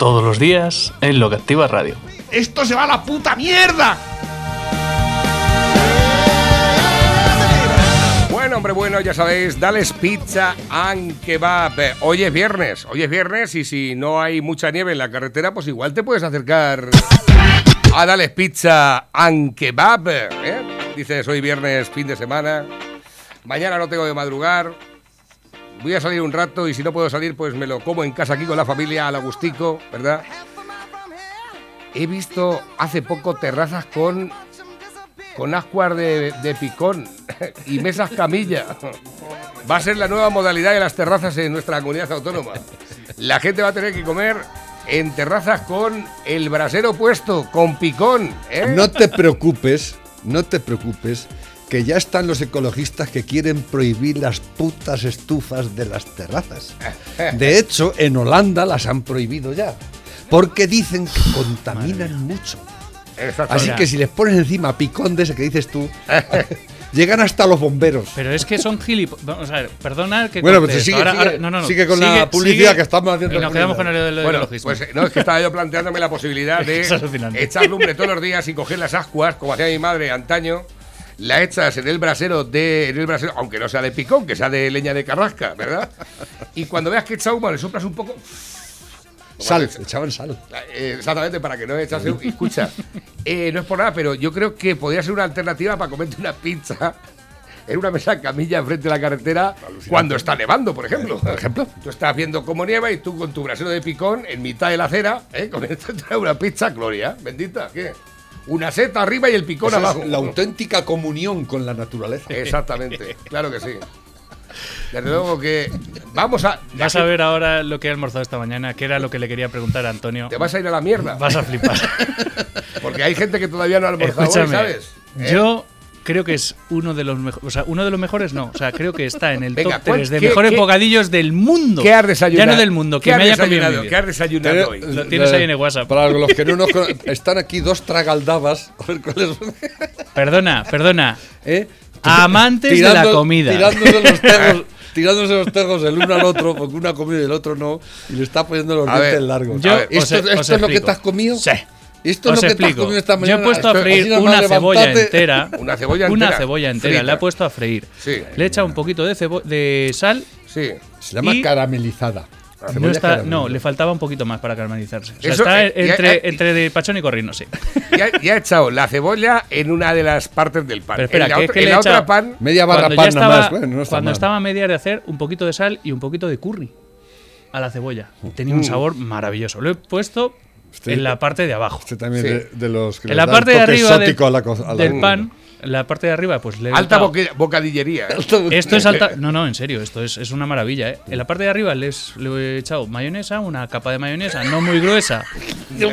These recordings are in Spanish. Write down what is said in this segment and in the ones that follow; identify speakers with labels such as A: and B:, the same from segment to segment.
A: todos los días en Lo que Activa Radio.
B: ¡Esto se va a la puta mierda!
C: Bueno, hombre, bueno, ya sabéis, dales pizza and kebab. Hoy es viernes, hoy es viernes y si no hay mucha nieve en la carretera, pues igual te puedes acercar a Dales Pizza and Kebab. ¿eh? Dices, hoy viernes, fin de semana, mañana no tengo de madrugar, voy a salir un rato y si no puedo salir, pues me lo como en casa aquí con la familia, al agustico, ¿verdad? He visto hace poco terrazas con con ascuas de, de picón y mesas camilla. Va a ser la nueva modalidad de las terrazas en nuestra comunidad autónoma. La gente va a tener que comer en terrazas con el brasero puesto, con picón. ¿eh?
D: No te preocupes, no te preocupes, que ya están los ecologistas que quieren prohibir las putas estufas de las terrazas. De hecho, en Holanda las han prohibido ya, porque dicen que contaminan mucho.
C: Exacto.
D: Así que si les pones encima picón de ese que dices tú, llegan hasta los bomberos.
E: Pero es que son gilipollas. Vamos a ver, perdona que.
D: Bueno,
E: corte
D: pero
E: esto.
D: sigue-
E: Ahora-
D: sigue-
E: ahora- no, no, no.
D: sigue con la publicidad que estamos haciendo
E: Y nos quedamos con el,
D: publicidad.
E: el, el
C: Bueno,
E: ecologismo.
C: pues eh, no, es que estaba yo planteándome la posibilidad de
E: Es alucinante.
C: echar lumbre todos los días y coger las ascuas, como hacía mi madre antaño, la echas en el brasero de. en el brasero, aunque no sea de picón, que sea de leña de carrasca, ¿verdad? Y cuando veas que echa humo, le soplas un poco.
D: Sal, echaban sal.
C: eh, Exactamente, para que no echase humo. Y Escucha, eh, no es por nada, pero yo creo que podría ser una alternativa para comerte una pizza en una mesa en camilla frente a la carretera cuando está nevando, por ejemplo. Por ejemplo. Tú estás viendo cómo nieva y tú con tu brasero de picón en mitad de la acera, ¿eh? comiendo una pizza, Gloria, bendita, ¿qué? Una seta arriba y el picón
D: Esa es
C: abajo.
D: la auténtica comunión con la naturaleza.
C: Exactamente, claro que sí. Desde luego que vamos a...
E: Vas a ver ahora lo que he almorzado esta mañana, que era lo que le quería preguntar a Antonio.
C: Te vas a ir a la mierda.
E: Vas a flipar.
C: Porque hay gente que todavía no ha almorzado hoy,
E: Escúchame.
C: ¿sabes? ¿Eh?
E: Yo creo que es uno de los mejores. O sea, uno de los mejores no. O sea, creo que está en el
C: Venga,
E: top 3 de
C: ¿qué-
E: mejores
C: qué-
E: bocadillos del mundo.
C: ¿Qué has desayunado?
E: Ya no del mundo, que
C: ¿Qué
E: me
C: has
E: haya comido. en mi
C: desayunado?
E: vida.
C: ¿Qué has desayunado hoy?
E: Lo tienes ahí en el WhatsApp.
D: eh, Para los que no nos cono- están aquí dos tragaldabas. A ver cuáles son.
E: Perdona, perdona.
D: ¿Eh?
E: Amantes de la comida.
D: Tirándose los tejos, tirándose los tejos el uno al otro, porque uno ha comido y el otro no, y le está poniendo los
C: A
D: dientes
C: ver,
D: largos.
E: yo
D: A ver,
E: os
D: ¿Esto,
E: e- os
D: esto es lo que
E: explico.
D: te has comido?
E: Sí.
D: ¿Esto es
E: Os
D: lo que te has
E: explico.
D: comido esta mañana?
E: Yo he puesto a
D: Esto- así
E: freír
D: nada más
E: una cebolla
D: levantarte.
E: entera.
C: Una cebolla
E: Una
C: entera,
E: cebolla entera.
C: frita.
E: La he puesto a freír.
C: Sí.
E: Le he echado un poquito de, cebo- de sal.
C: Sí.
D: Se llama
E: y-
D: caramelizada.
E: No,
D: Cebolla
E: está-
D: caramelizada.
E: no, le faltaba un poquito más para caramelizarse. O sea,
C: Eso,
E: está
C: eh, ya-
E: entre,
C: ya-
E: entre de pachón y corrino, sí.
C: Ya, ya he echado la cebolla en una de las partes del pan.
E: Pero espera,
C: en la,
E: que es
C: otra,
E: que
C: en
E: le he
C: la otra
E: echado-
C: pan.
D: Media barra
E: cuando
D: pan
E: ya
D: nada más.
E: estaba-
D: Bueno, no está
E: cuando
D: mal.
E: estaba a media de hacer un poquito de sal y un poquito de curry a la cebolla. Tenía
D: Mm.
E: un sabor maravilloso. Lo he puesto
D: Estoy-
E: en la parte de abajo.
D: Este también
C: Sí.
D: de, de los que
E: En
D: le
E: la
D: dan
E: parte de
D: toque
E: arriba del,
D: exótico a la co- a la
E: del
D: comida.
E: pan, en la parte de arriba, pues le he
C: Alta
E: untado-
C: boque- bocadillería. ¿eh?
E: Esto es alta. No, no, en serio, esto es, es una maravilla, ¿eh? En la parte de arriba les, le he echado mayonesa, una capa de mayonesa, no muy gruesa.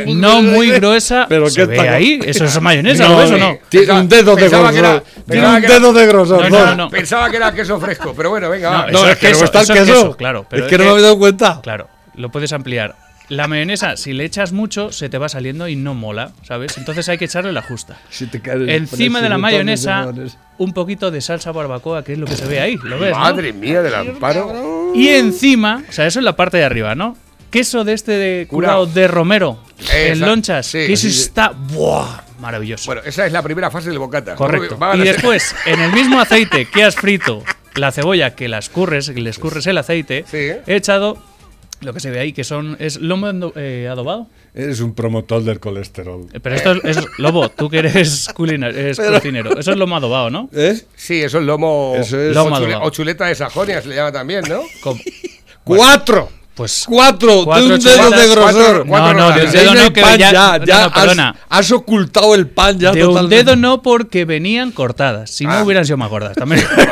E: no muy gruesa.
D: Pero
E: ¿Se
D: qué eh,
E: ve
D: taco.
E: ahí? ¿Eso es mayonesa o eso no?
D: Tiene un dedo de
C: Pensaba que era-
D: grosor. Tiene
C: pensaba
D: un
C: que era-
D: dedo de grosor.
E: No,
D: no.
E: no, no.
C: Pensaba que era queso fresco, pero bueno, venga, va.
E: No, eso es
D: que luego
E: queso,
D: está el
E: eso es
D: queso.
E: queso, claro, pero
D: es que
E: es
D: no me
E: que-
D: había dado cuenta.
E: Claro, lo puedes ampliar. La mayonesa, si le echas mucho, se te va saliendo y no mola, ¿sabes? Entonces hay que echarle la justa.
D: Si te cae el-
E: Encima de la
D: pones
E: mayonesa,
D: limones.
E: un poquito de salsa barbacoa, que es lo que se ve ahí, ¿lo ves? no?
C: Madre mía del amparo.
E: Y encima, o sea, eso es la parte de arriba, ¿no? Queso de este de curado de romero, en
C: Esa-
E: lonchas,
C: sí.
E: que eso está ¡buah! maravilloso.
C: Bueno, esa es la primera fase del bocata.
E: Correcto.
C: Van a
E: Y
C: ser-
E: después, en el mismo aceite que has frito la cebolla, que la escurres, que le escurres el aceite,
C: Sí.
E: he echado lo que se ve ahí, que son es lomo endo- eh, adobado.
D: Eres un promotor del colesterol.
E: Eh, Pero esto es, es- lobo, tú que eres, culina- eres cocinero. Eso es lomo adobado, ¿no?
D: ¿Eh?
C: Sí, eso es lomo.
D: Eso es-
E: Lomo
C: o, chule-
E: adobado.
C: o chuleta de Sajonia se le llama también, ¿no?
E: Con-
D: ¡Cuatro!
E: pues
D: ¡Cuatro!
E: Cuatro
D: ¡De un dedo
E: chuletas,
D: de grosor!
C: cuatro- cuatro
E: no, no, de un
C: rodajas.
D: Ahí
E: dedo
D: no hay
E: no, que
D: pan
E: ya,
D: ya,
E: no,
D: ya
E: no, perdona.
D: has, has ocultado el pan ya
E: de un
D: totalmente.
E: dedo no, porque venían cortadas. Si no,
C: Ah.
E: hubieran sido más gordas también.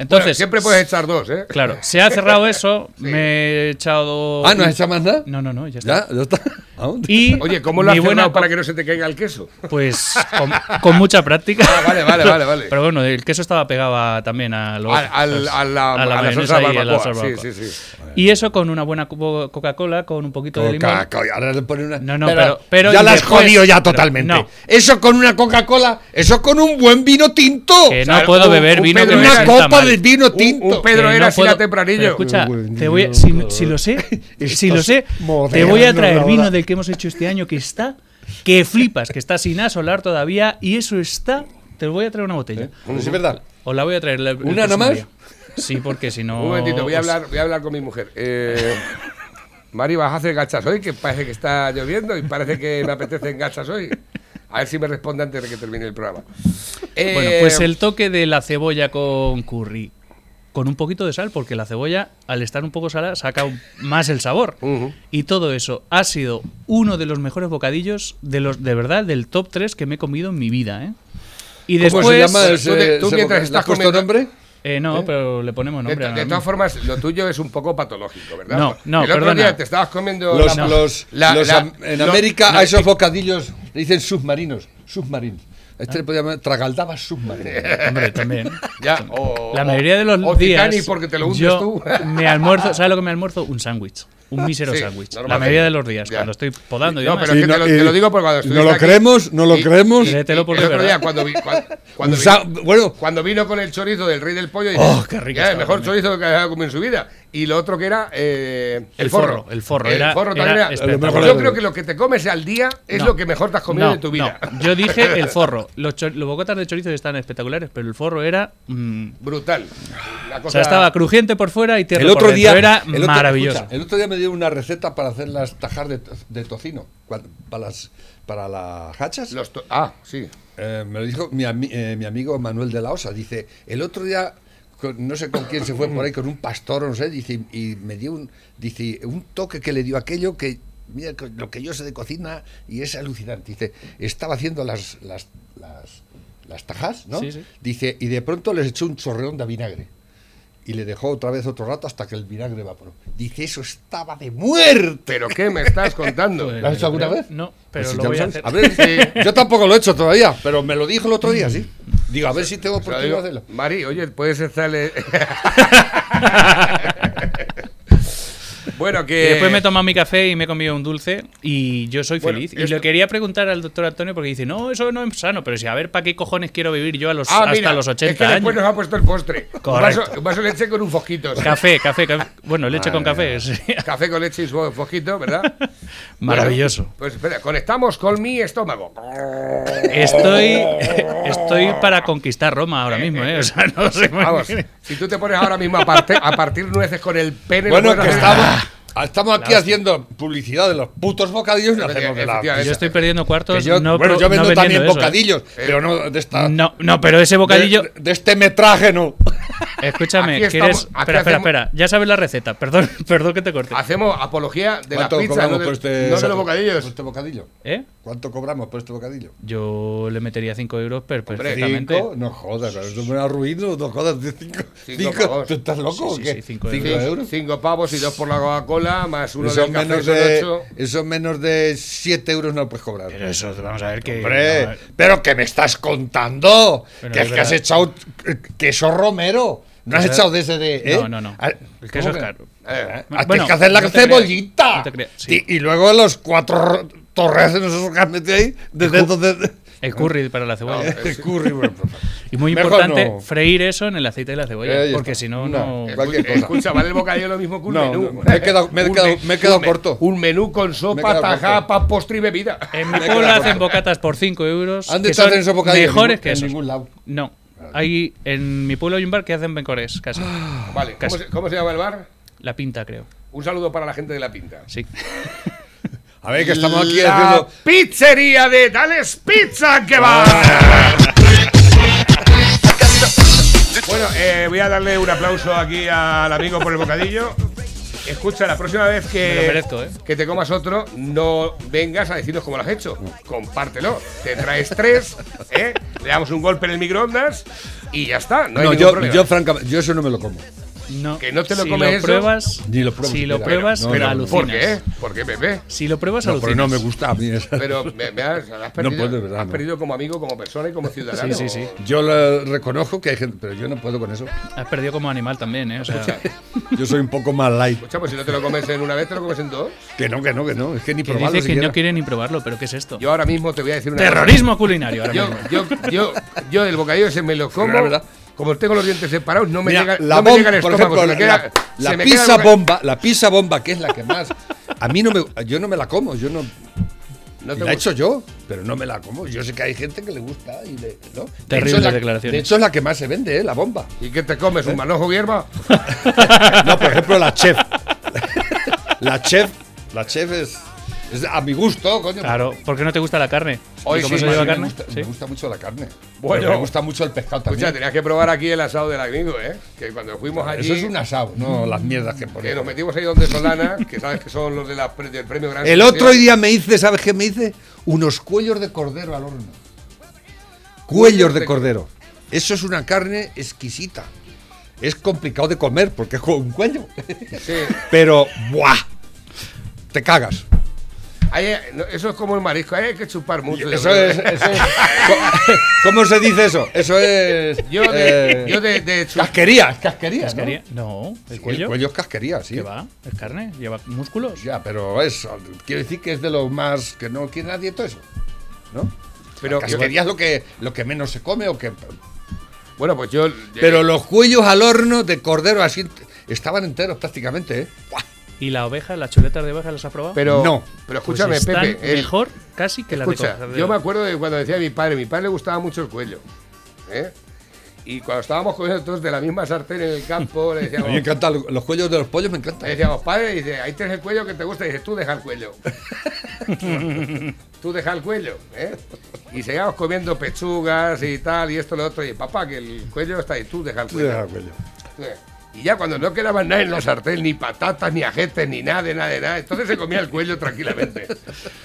C: Bueno,
E: Entonces,
C: siempre puedes echar dos, ¿eh?
E: claro, se ha cerrado eso. Me he echado.
D: Ah, ¿no has hecho más nada?
E: No, no, no, ya está.
D: Ya, ya está. Ah, ¿A dónde?
E: Y
C: Oye, ¿cómo lo has
E: mi buena
C: cerrado para
E: co-
C: que no se te caiga el queso?
E: Pues con, con mucha práctica.
C: Ah, vale, vale, vale, vale.
E: Pero bueno, el queso estaba pegado también a, lo
C: Al-
E: otro,
C: al-
E: ¿sabes?
C: a la,
E: A la
C: a la
E: mayonesa
C: salsa
E: y a la
C: barbacoa.
E: salsa barbacoa.
C: Sí, sí, sí.
E: Y eso con una buena co- Coca-Cola, con un poquito de limón.
D: Coca-Cola, ahora le ponen una-
E: No, no, pero- pero
D: ya la has
E: después-
D: jodido ya
E: pero-
D: totalmente.
E: no.
D: Eso con una Coca-Cola, eso con un buen vino tinto.
E: Que
C: O
E: no
C: sea,
E: puedo
C: un-
E: beber
C: un
E: vino que
C: Pedro
E: me
D: una
E: sienta
D: copa
E: mal.
D: de vino
C: Un,
D: tinto.
C: un Pedro
E: Que
C: era
E: no
C: así la
E: puedo-
C: tempranillo.
E: Pero escucha,
D: Buen
E: te voy a-
D: día,
E: si,
D: cabrón.
E: si lo sé, si lo
D: Estás
E: sé, te
D: moderno
E: voy a traer
D: ahora.
E: vino del que hemos hecho este año que está, que flipas, que está sin asolar todavía y eso está. Te voy a traer una botella.
D: Pues es verdad.
E: Os la voy a traer. la- el
D: ¿Una nada
E: próximo
D: más?
E: día. Sí, porque si no. pues,
C: Un momentito, voy a
E: os-
C: hablar, voy a hablar con mi mujer. Eh, Mari, vas a hacer gachas hoy, que parece que está lloviendo y parece que me apetecen gachas hoy. A ver si me responde antes de que termine el programa. Eh,
E: Bueno, pues el toque de la cebolla con curry. Con un poquito de sal, porque la cebolla, al estar un poco salada, saca un- más el sabor.
C: Ujú.
E: Y todo eso ha sido uno de los mejores bocadillos, de los de verdad, del top 3 que me he comido en mi vida. ¿eh? Y después.
D: ¿Cómo se llama
C: tú
D: ese,
C: te- tú
D: ese
C: mientras
D: boca-
C: estás
D: ¿Le has puesto
C: comiendo-
D: nombre?
E: Eh, no, pero le ponemos
C: De,
E: nombre. a
C: de todas formas, lo tuyo es un poco patológico, ¿verdad?
E: No, no,
C: El otro
E: perdona.
C: día te estabas comiendo.
D: Los,
C: la-
D: los-
C: la-
D: los
C: la-
D: am- en
C: no,
D: América
C: no,
D: a esos bocadillos le dicen submarinos, submarinos. A Este le podía llamar tragaldabas submarinos.
E: Hombre, también.
C: ya, o-
E: La
C: o-
E: mayoría de los
C: o
E: días.
C: Titanic Oh, porque te lo hundes
E: yo
C: tú.
E: Me almuerzo, ¿sabes lo que me almuerzo? Un sándwich. Un mísero
C: Sí,
E: sándwich. La
C: normalmente.
E: mayoría de los días,
C: Ya.
E: cuando estoy podando y
C: No,
E: demás.
C: pero es
D: Y
C: que
D: no-
C: te, lo,
D: y
C: te lo digo porque cuando estuviste
D: no lo
C: aquí-
D: creemos, no lo creemos.
E: Créetelo porque
C: el
E: es
C: otro
E: verdad.
C: día cuando, vi- cuando, cuando
D: Un
C: vi-
D: sa- bueno,
C: Cuando vino con el chorizo del rey del pollo, y
E: Oh, qué rico
C: ya, el
E: estaba
C: mejor
E: también.
C: chorizo que había comido en su vida. Y lo otro que era eh, el,
E: El
C: forro,
E: forro, el forro, era- era
C: también era-
E: espectacular.
D: Lo mejor
C: Yo
D: era-
C: creo que lo que te comes al día es
E: No.
C: lo que mejor te has comido
E: No,
C: de tu vida.
E: no. Yo dije el forro. Los, cho- los bocatas de chorizo están espectaculares, pero el forro era. mm,
C: Brutal. Una
E: o
C: cosa-
E: sea, estaba crujiente por fuera y tierno
D: el otro
E: por
D: día
E: dentro. Era
D: el otro-
E: maravilloso.
D: escucha, el otro día me dio una receta para hacer las tajas de, to- de tocino cua- para las para las hachas.
C: Los to- ah, sí.
D: Eh, me lo dijo mi, ami- eh, mi amigo Manuel de la Osa. Dice, el otro día, con- no sé con quién se fue por ahí, con un pastor, o no sé, dice, y me dio un, dice, un toque que le dio aquello que, mira, co- lo que yo sé de cocina, y es alucinante. Dice, estaba haciendo las, las, las, las tajas, ¿no?
E: Sí, sí.
D: Dice, y de pronto les echó un chorreón de vinagre. Y le dejó otra vez otro rato hasta que el vinagre evaporó. Dice, eso estaba de muerte.
C: ¿Pero qué me estás contando?
E: Joder,
D: ¿Lo has hecho alguna
E: pero-
D: vez?
E: No, pero
D: Pues si
E: lo
D: ya
E: voy a
D: sabes.
E: hacer.
D: ver, sí, yo tampoco lo he hecho todavía, pero me lo dijo el otro día, sí. Digo, a ver si tengo
C: O sea,
D: oportunidad
C: digo,
D: de hacerlo.
C: Mari, oye, puedes estarle. bueno,
E: Y
C: que.
E: Eh, después me he tomado mi café y me he comido un dulce y yo soy
C: Bueno,
E: feliz. Y
C: esto-
E: le quería preguntar al doctor Antonio porque dice, no, eso no es sano, pero si a ver, ¿para qué cojones quiero vivir yo a los,
C: Ah,
E: hasta
C: mira,
E: los
C: es que
E: 80
C: después
E: años?
C: nos ha puesto el postre. Un
E: Correcto.
C: vaso, un vaso de leche con un fosquito.
E: Café, café, café. Bueno, leche con café. sí.
C: Café con leche y su fosquito, ¿verdad?
E: Maravilloso.
C: Bueno, pues espera, conectamos con mi estómago.
E: Estoy, estoy para conquistar Roma ahora mismo, ¿eh? O sea, no sé.
C: Vamos, si tú te pones ahora mismo a, parte- a partir nueces con el pene... no
D: Bueno,
C: puedes
D: que
C: hacer- ah,
D: estamos, estamos aquí haciendo publicidad de los putos bocadillos y no hacemos de la...
C: Efectivamente.
E: Yo estoy perdiendo
D: que
E: cuartos.
D: yo,
E: no,
D: bueno,
E: pro-
D: yo
E: no
D: vendo también
E: vendiendo eso, ¿eh?
D: bocadillos, pero no de esta...
E: No, no, pero ese bocadillo.
D: De, de este metraje no.
E: Escúchame,
C: Aquí estamos-
E: ¿quieres.
C: aquí
E: espera, espera,
C: hacemos-
E: espera. Ya sabes la receta. Perdón, perdón que te corte.
C: Hacemos apología de la
D: ¿Cuánto
C: pizza,
D: cobramos
C: no de,
D: por este,
C: no de los bocadillos.
D: por este bocadillo?
E: ¿Eh?
D: ¿Cuánto cobramos por este bocadillo?
E: Yo le metería 5 euros, pero
C: Hombre,
E: perfectamente.
D: Cinco, no jodas, esto me ha arruinado, no jodas, de cinco,
C: Cinco
D: cinco,
C: pavos.
D: ¿tú estás loco
E: Sí,
D: o
E: sí,
D: qué?
E: sí, cinco
D: Cinco
E: euros.
D: euros.
C: Cinco pavos y dos por la Coca-Cola, más uno
D: Eso
C: del café,
D: menos
C: son
D: de,
C: ocho.
D: eso menos de 7 euros no puedes cobrar.
E: Pero eso, vamos a ver que.
D: Hombre,
E: no,
D: Eh, pero que me estás contando.
E: Pero
D: que
E: es
D: es que has
E: verdad.
D: echado eh, queso romero. No has
E: Eso-
D: echado de ese de. ¿eh?
E: No, no, no.
D: Ah,
E: El queso
D: ¿cómo
E: es
D: que?
E: caro.
C: Eh,
D: Ah,
E: Bueno,
D: tienes que hacer la
E: no te creas,
D: cebollita.
E: no te creas, sí.
D: y, y luego los cuatro ro- torrezos esos que has metido ahí. Desde donde.
E: El curry para la cebolla.
D: El curry, bueno, por favor.
E: y muy
D: mejor
E: importante,
D: no.
E: freír eso en el aceite de la cebolla.
D: Eh, ya
E: porque
D: está.
E: si no, no.
D: No.
C: escucha-
D: cualquier cosa.
C: Escucha, ¿vale el bocadillo lo mismo que un
D: No,
C: menú?
D: no, me he quedado- me he
C: Un
D: quedado-
C: me-
D: me he quedado
C: un me-
D: corto.
C: Un menú con sopa,
D: quedado
C: tajá,
D: corto.
C: pan, postre y bebida.
E: En mi
D: Me
E: pueblo
D: queda
E: hacen
D: corto.
E: bocatas por 5 euros.
D: ¿Han de
E: que
D: estar
E: son
D: en esos bocadillos?
E: Mejores
D: Ningún-
E: que
D: en
E: esos.
D: ningún lado.
E: No. Hay, en mi pueblo hay un bar que hacen bencores, casi.
D: Ah.
C: Vale, ¿cómo
E: Casi.
C: se, cómo se llama el bar?
E: La pinta, creo.
C: Un saludo para la gente de La Pinta.
E: Sí.
D: A ver, que estamos aquí
C: la
D: haciendo.
C: pizzería de Dales Pizza que va. bueno, eh, voy a darle un aplauso aquí al amigo por el bocadillo. Escucha, la próxima vez que,
E: Me lo merezco, ¿eh?
C: que te comas otro, no vengas a decirnos cómo lo has hecho. Compártelo. Te traes tres, ¿eh? le damos un golpe en el microondas y ya está. No, hay
D: No,
C: ningún
D: yo,
C: problema.
D: yo, francamente, yo eso no me lo como.
E: No.
C: Que no te lo
E: si
C: comes eso,
E: pruebas,
D: Ni lo pruebas,
E: Si lo
D: espera,
E: pruebas,
D: no,
C: Pero,
D: no,
E: alucinas.
C: ¿Por qué? eh? ¿Por qué, Pepe?
E: Si lo pruebas,
D: No, pero
E: alucinas.
D: no me gusta a mí esa-
C: Pero me, me has, has
D: No
C: perdido,
D: puedo, ¿verdad?
C: has
D: No.
C: perdido como amigo, como persona y como ciudadano.
E: Sí, sí, sí.
D: Yo lo reconozco que hay gente, pero yo no puedo con eso.
E: Has perdido como animal también, ¿eh? O sea,
D: Yo soy un poco más light.
C: Escucha, pues si no te lo comes en una vez, te lo comes en dos.
D: Que no, que no, que no. Es que ni
E: que
D: probarlo
E: dice que
D: siquiera.
E: no quiere ni probarlo, pero ¿qué es esto?
C: Yo ahora mismo te voy a decir una cosa.
E: Terrorismo culinario ahora
C: Yo,
E: mismo.
C: yo, yo, yo el bocadillo ese me lo como.
D: La verdad.
C: Como tengo los dientes separados, no me,
D: Mira,
C: llega,
D: la
C: no me
D: bomba,
C: llega el
D: por
C: estómago.
D: ejemplo,
C: se me
D: la-
C: queda-
D: la,
C: se me queda el
D: pizza
C: boca-
D: bomba, la pizza bomba, que es la que más. A mí no me, yo no me la como, yo no.
C: No te
D: la
C: gusta.
D: he hecho yo, pero no me la como. Yo sé que hay gente que le gusta y le. ¿no? De
E: Terribles
D: hecho, es la-
E: declaraciones.
D: De hecho, es la que más se vende, ¿eh? la bomba.
C: ¿Y qué te comes?
D: ¿Eh?
C: ¿Un manojo de hierba?
D: No, por ejemplo, la chef. La chef, la chef es, es a mi gusto, coño.
E: Claro, ¿por qué no te gusta la carne?
C: Hoy
E: ¿Y ¿Cómo
C: sí,
E: se
C: sí,
E: lleva
D: me
E: carne?
D: gusta, me
E: Sí.
D: gusta mucho la carne.
C: Bueno.
D: Bueno, me gusta mucho el pescado también.
C: Escucha, tenías que probar aquí el asado del amigo, ¿eh? Que cuando fuimos allí. Mm.
D: Eso es un asado, no las mierdas que
C: Que nos
D: ponemos.
C: metimos ahí donde Solana, que sabes que son los de la pre- del premio Gran
D: El otro
C: Selección.
D: día me hice, ¿sabes qué me hice? Unos cuellos de cordero al horno. Cuellos de cordero. Eso es una carne exquisita. Es complicado de comer porque es con un cuello.
C: Sí.
D: Pero, ¡buah! Te cagas.
C: Ahí, eh, no, eso es como el marisco, ahí hay que chupar mucho. yo
D: Eso
C: creo. ¿eh?
D: es, eso es- co- ¿Cómo se dice eso? Eso es.
C: Yo de,
D: eh,
C: yo de, de chu-
D: Casquería, es casquería. ¿no?
E: ¿Casquería? No,
D: Sí,
E: el cuello.
D: El cuello es casquería, sí.
E: ¿Qué va? ¿Es carne? ¿Lleva músculos?
D: Ya, pero es. Quiero decir que es de lo más. que no quiere nadie todo eso. ¿No?
C: Pero
D: Pero casquería es lo que, lo que menos se come o que.
C: bueno, pues yo.
D: Pero los cuellos al horno de cordero así estaban enteros prácticamente, ¿eh? ¡Buah!
E: ¿Y la oveja, las chuletas de oveja las has probado?
C: pero
D: no.
C: Pero
E: Pues
C: escúchame,
E: están
C: Pepe. el-
E: mejor casi que las de
C: escucha,
E: cordero.
C: yo me acuerdo de cuando decía mi padre, mi padre le gustaba mucho el cuello. ¿eh? Y cuando estábamos comiendo todos de la misma sartén en el campo, le
D: A mí me
C: decíamos.
D: encantan lo- los cuellos de los pollos, me encantan.
C: Le decíamos, padre, dice, ahí tienes el cuello que te gusta. Y dice, tú deja el cuello. tú deja el cuello. ¿eh? Y seguíamos comiendo pechugas y tal, y esto, lo otro. Y papá, que el cuello está ahí, tú deja el
D: Sí,
C: cuello.
D: el cuello.
C: Y ya cuando no quedaba nada en la sartén, ni patatas, ni ajetes, ni nada de nada de nada, entonces se comía el cuello tranquilamente.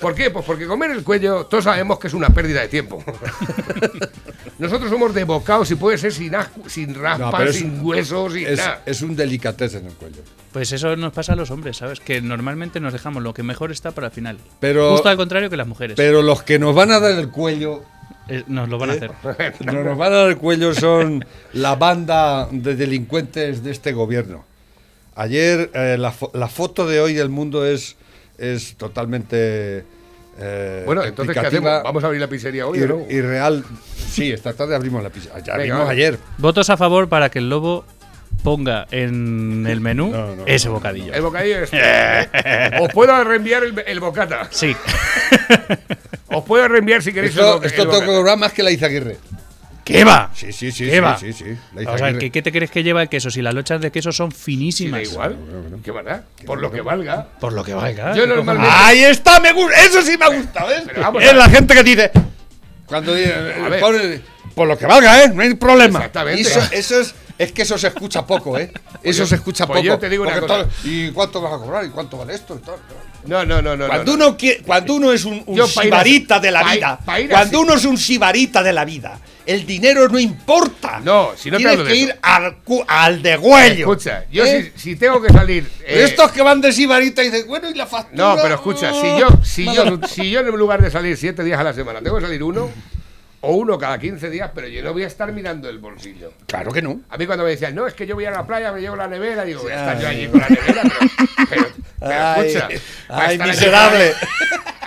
C: ¿Por qué? Pues porque comer el cuello, todos sabemos que es una pérdida de tiempo. Nosotros somos de bocados y puede ser sin, ascu- sin
D: No,
C: raspas,
D: pero es-
C: sin huesos, sin
D: Es,
C: nada.
D: es un delicatez en el cuello.
E: Pues eso nos pasa a los hombres, ¿sabes? Que normalmente nos dejamos lo que mejor está para el final.
D: Pero-
E: Justo al contrario que las mujeres.
D: Pero los que nos van a dar el cuello
E: Eh, nos lo van a hacer.
D: No nos van a dar el cuello son la banda de delincuentes de este gobierno. Ayer, eh, la, fo- la foto de hoy del mundo es, es totalmente. eh,
C: Bueno, entonces, ¿qué
D: explicativa
C: hacemos? ¿Vamos a abrir la pizzería hoy
D: y,
C: o no?
D: y real. Sí, esta tarde abrimos la pizza. Ya
C: Venga,
D: abrimos
C: vale.
D: ayer.
E: Votos a favor para que el lobo ponga en el menú
D: No, no,
E: ese bocadillo.
C: El bocadillo es... Os puedo reenviar el, el bocata.
E: Sí.
C: Os puedo reenviar si queréis el
D: Esto,
C: boca-
D: esto
C: el
D: tengo que
C: bocata.
D: cobrar más que la Izaguirre.
E: ¿Qué va?
D: Sí, sí, sí.
E: ¿Qué
D: sí,
E: va?
D: sí, sí, La
E: O sea,
D: Izaguirre.
E: ¿qué, qué te crees que lleva el queso? Si las lochas de queso son
C: Sí,
E: finísimas.
C: da igual. ¿Qué valá? Por lo que valga.
E: Por lo que valga.
D: Ah,
C: Yo normalmente...
D: Ahí está, me gusta. Eso sí me gusta, ¿ves?
C: Pero vamos a
D: es
C: ver.
D: la gente que dice. Cuando dice.
C: A ver.
D: Por, por lo que valga, ¿eh? No hay problema.
C: Exactamente.
D: Y Eso, eso es. Es que eso se escucha poco, ¿eh? Eso
C: yo-
D: se escucha
C: pues
D: poco.
C: yo te digo una
D: Porque
C: cosa.
D: todo- ¿Y cuánto vas a cobrar? ¿Y cuánto vale esto? Y tal.
C: No, no, no, no.
D: Cuando
C: no, no.
D: uno, quiere- cuando uno es un, un
C: Yo pa' ir a-
D: sibarita de la
C: pa' ir-
D: vida,
C: pa' ir
D: cuando
C: así.
D: uno es un sibarita de la vida, el dinero no importa.
C: No, si no te
D: Tienes
C: hablo de
D: que
C: eso.
D: ir al, cu- al degüello.
C: Escucha, yo
D: ¿eh?
C: si, si tengo que salir. eh,
D: Estos que van de sibarita y dicen, bueno, ¿y la factura?
C: No, pero escucha, si yo, si yo, si yo en lugar de salir siete días a la semana, tengo que salir uno o uno cada 15 días, pero yo no voy a estar mirando el bolsillo.
D: Claro que no.
C: A mí cuando me decían, no, es que yo voy a la playa, me llevo la nevera, digo, voy a estar yo allí con la nevera, pero, pero- pero
D: Ay,
C: escucha. va a
D: ay,
C: estar allí-
D: miserable.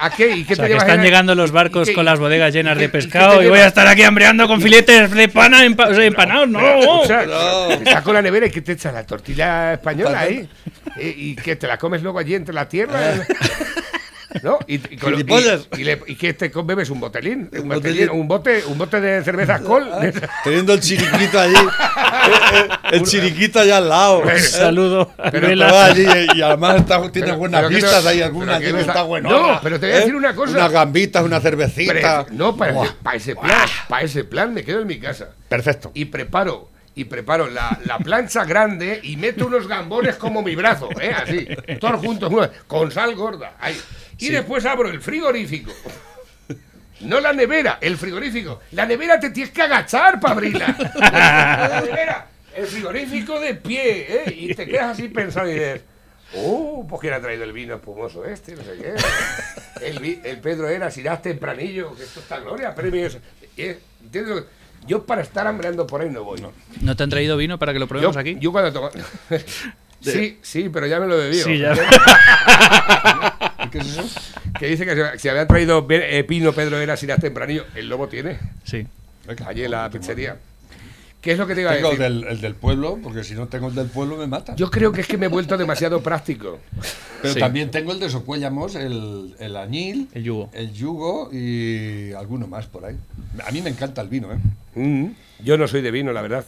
C: ¿A qué? ¿Y qué
E: O sea,
C: te
E: que
C: llevas
E: están
C: en-
E: llegando los barcos
C: y qué-
E: con las bodegas llenas
C: y
E: de
C: qué- y qué te
E: pescado y, voy a
C: llevas?
E: estar aquí hambreando con filetes de pana empa- o sea, empanados. No,
C: Escucha,
D: No.
C: estás con la nevera y que te echas la tortilla española ahí. Eh, Y que te la comes luego allí entre la tierra. eh, ¿No? Y, Ah. y con- y-
D: Gilipollas.
C: y le- y que te com- bebes un botelín, un,
D: Un
C: botelín, Ah.
D: botelín.
C: un bote, un bote de cerveza col.
D: Teniendo el chiriquito allí. eh, eh, el chiriquito allá al lado.
E: Un saludo a
C: Pero
E: Vela.
D: Pero va allí, eh, y además está- tiene
C: Pero-
D: buenas
C: pero que
D: vistas
C: no-
D: hay
C: pero
D: alguna
C: que
D: que
C: no
D: no está
C: está-
D: buena.
C: No, pero te voy a decir ¿Eh? una cosa.
D: Unas gambitas, una
C: Pre-
D: cervecita.
C: no, para,
D: Buah,
C: ese- para ese plan, para ese plan me quedo en mi casa.
D: Perfecto.
C: Y preparo, y preparo la, la plancha grande y meto unos gambones como mi brazo, ¿eh? así, todos juntos, uno- con sal gorda. ahí. Y después abro el frigorífico. No la nevera, el frigorífico. La nevera te tienes que agachar para abrirla. La nevera, el frigorífico de pie, ¿eh? Y te quedas así pensando y dices, oh, pues quién ha traído el vino espumoso este, no sé qué. El, vi- el Pedro Eras, irás tempranillo, que esto está gloria, premios. Eh, ¿entiendes lo que- Yo para estar hambreando por ahí no voy.
E: ¿No te han traído vino para que lo
C: Yo,
E: probemos aquí?
C: yo cuando tomo... Sí, sí, pero ya me lo bebí.
E: Sí, ya.
D: ¿Qué es eso?
C: Que dice que se, se habían traído eh, Pino, Pedro Eras, irás tempranillo. El lobo tiene,
E: Sí.
C: allí en la pizzería. ¿Qué es lo que te iba a
D: Tengo el
C: decir?
D: del, el del pueblo, porque si no tengo el del pueblo me mata.
C: Yo creo que es que me he vuelto demasiado práctico.
D: Pero
E: Sí.
D: también tengo el de Socuéllamos, el, el añil,
E: El yugo.
D: el yugo y alguno más por ahí. A mí me encanta el vino, ¿eh?
C: Mm, yo no soy de vino, la verdad.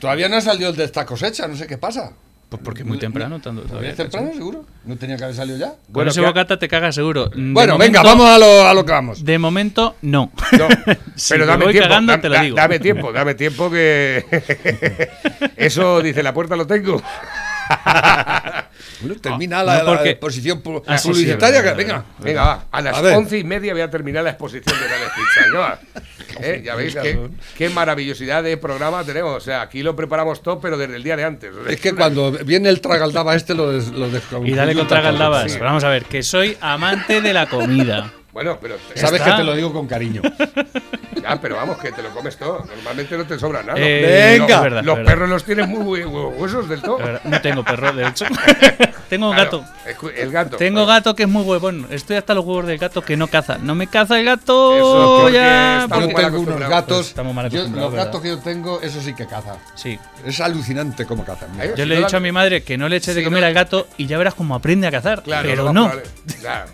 D: Todavía no ha salido el de esta cosecha, no sé qué pasa.
E: Pues porque es muy temprano. Tanto,
D: ¿Todavía
E: todavía,
D: es temprano, seguro? ¿No tenía que haber salido ya?
E: Con
C: Bueno,
E: ese
C: que-
E: bocata te cagas seguro. Mm, de
D: Bueno, venga,
E: momento-
D: vamos a lo, a lo que vamos.
E: De momento, no.
C: No,
E: Si
C: pero
E: me
C: dame
E: voy
C: tiempo,
E: cagando,
C: dam-
E: te lo
C: da-
E: digo.
C: dame tiempo, dame tiempo que eso dice la puerta lo tengo.
D: Bueno, termina la,
E: no,
D: la
E: porque-
D: exposición pu-
E: Ah, sí, sí,
D: publicitaria.
E: verdad,
D: que-
E: verdad,
D: venga.
C: Venga, va, a las
D: A ver.
C: once y media voy a terminar la exposición de Dales Pizza. ¿no? Eh, Ya veis qué, qué maravillosidad de programa tenemos. O sea, aquí lo preparamos todo, pero desde el día de antes.
D: Es que cuando viene el tragaldaba este lo, des, lo
E: Y dale
D: desconjunta
E: contra
D: todo.
E: Galdabas.
D: Sí.
E: Vamos a ver, que soy amante de la comida.
C: Bueno, pero
D: Sabes
E: está.
D: que te lo digo con cariño.
C: ya, pero vamos, que te lo comes todo. Normalmente no te sobra nada.
E: Eh,
D: Venga.
E: es verdad,
C: los
E: es verdad.
C: perros los tienen muy hue- huesos del todo.
E: Es verdad, No tengo perro, de hecho. tengo un gato.
C: Claro, escu- El gato.
E: Tengo
C: Bueno.
E: gato que es muy huevón. Estoy hasta los huevos del gato que no caza. No me caza el
C: Eso,
E: gato
C: porque
E: ya.
C: estamos
D: Yo
E: porque-
C: mal
D: tengo unos
C: acostumbrados.
D: gatos.
E: Estamos mal
D: yo- los
E: acostumbrados,
D: gatos que yo tengo, eso sí que caza.
E: Sí.
D: Es alucinante cómo cazan. mira.
C: ¿Eh?
E: Yo
C: Si
E: le he
C: no
E: dicho
C: la-
E: a mi madre que no le eches
C: si
E: de comer
C: no-
E: al gato y ya verás cómo aprende a cazar.
C: Claro,
E: pero
C: lo
E: no.
C: más probable. Claro.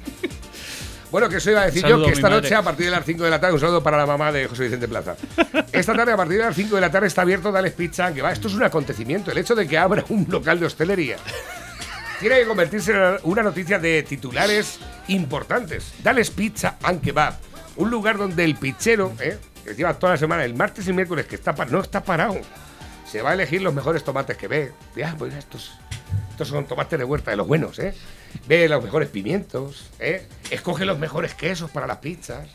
C: Bueno, que eso iba a decir
E: Saludo
C: yo
E: a
C: que
E: mi
C: esta
E: madre.
C: noche a partir de las 5 de la tarde, un saludo para la mamá de José Vicente Plaza. Esta tarde a partir de las 5 de la tarde está abierto Dales Pizza, que va, esto es un acontecimiento, el hecho de que abra un local de hostelería. Tiene que convertirse en una noticia de titulares importantes. Dales Pizza and Kebab, un lugar donde el pichero, ¿eh? que lleva toda la semana, el martes y miércoles, que está pa- no está parado, se va a elegir los mejores tomates que ve. Y, ah, pues estos, estos son tomates de huerta de los buenos, ¿eh? Ve los mejores pimientos, ¿eh? Escoge los mejores quesos para las pizzas,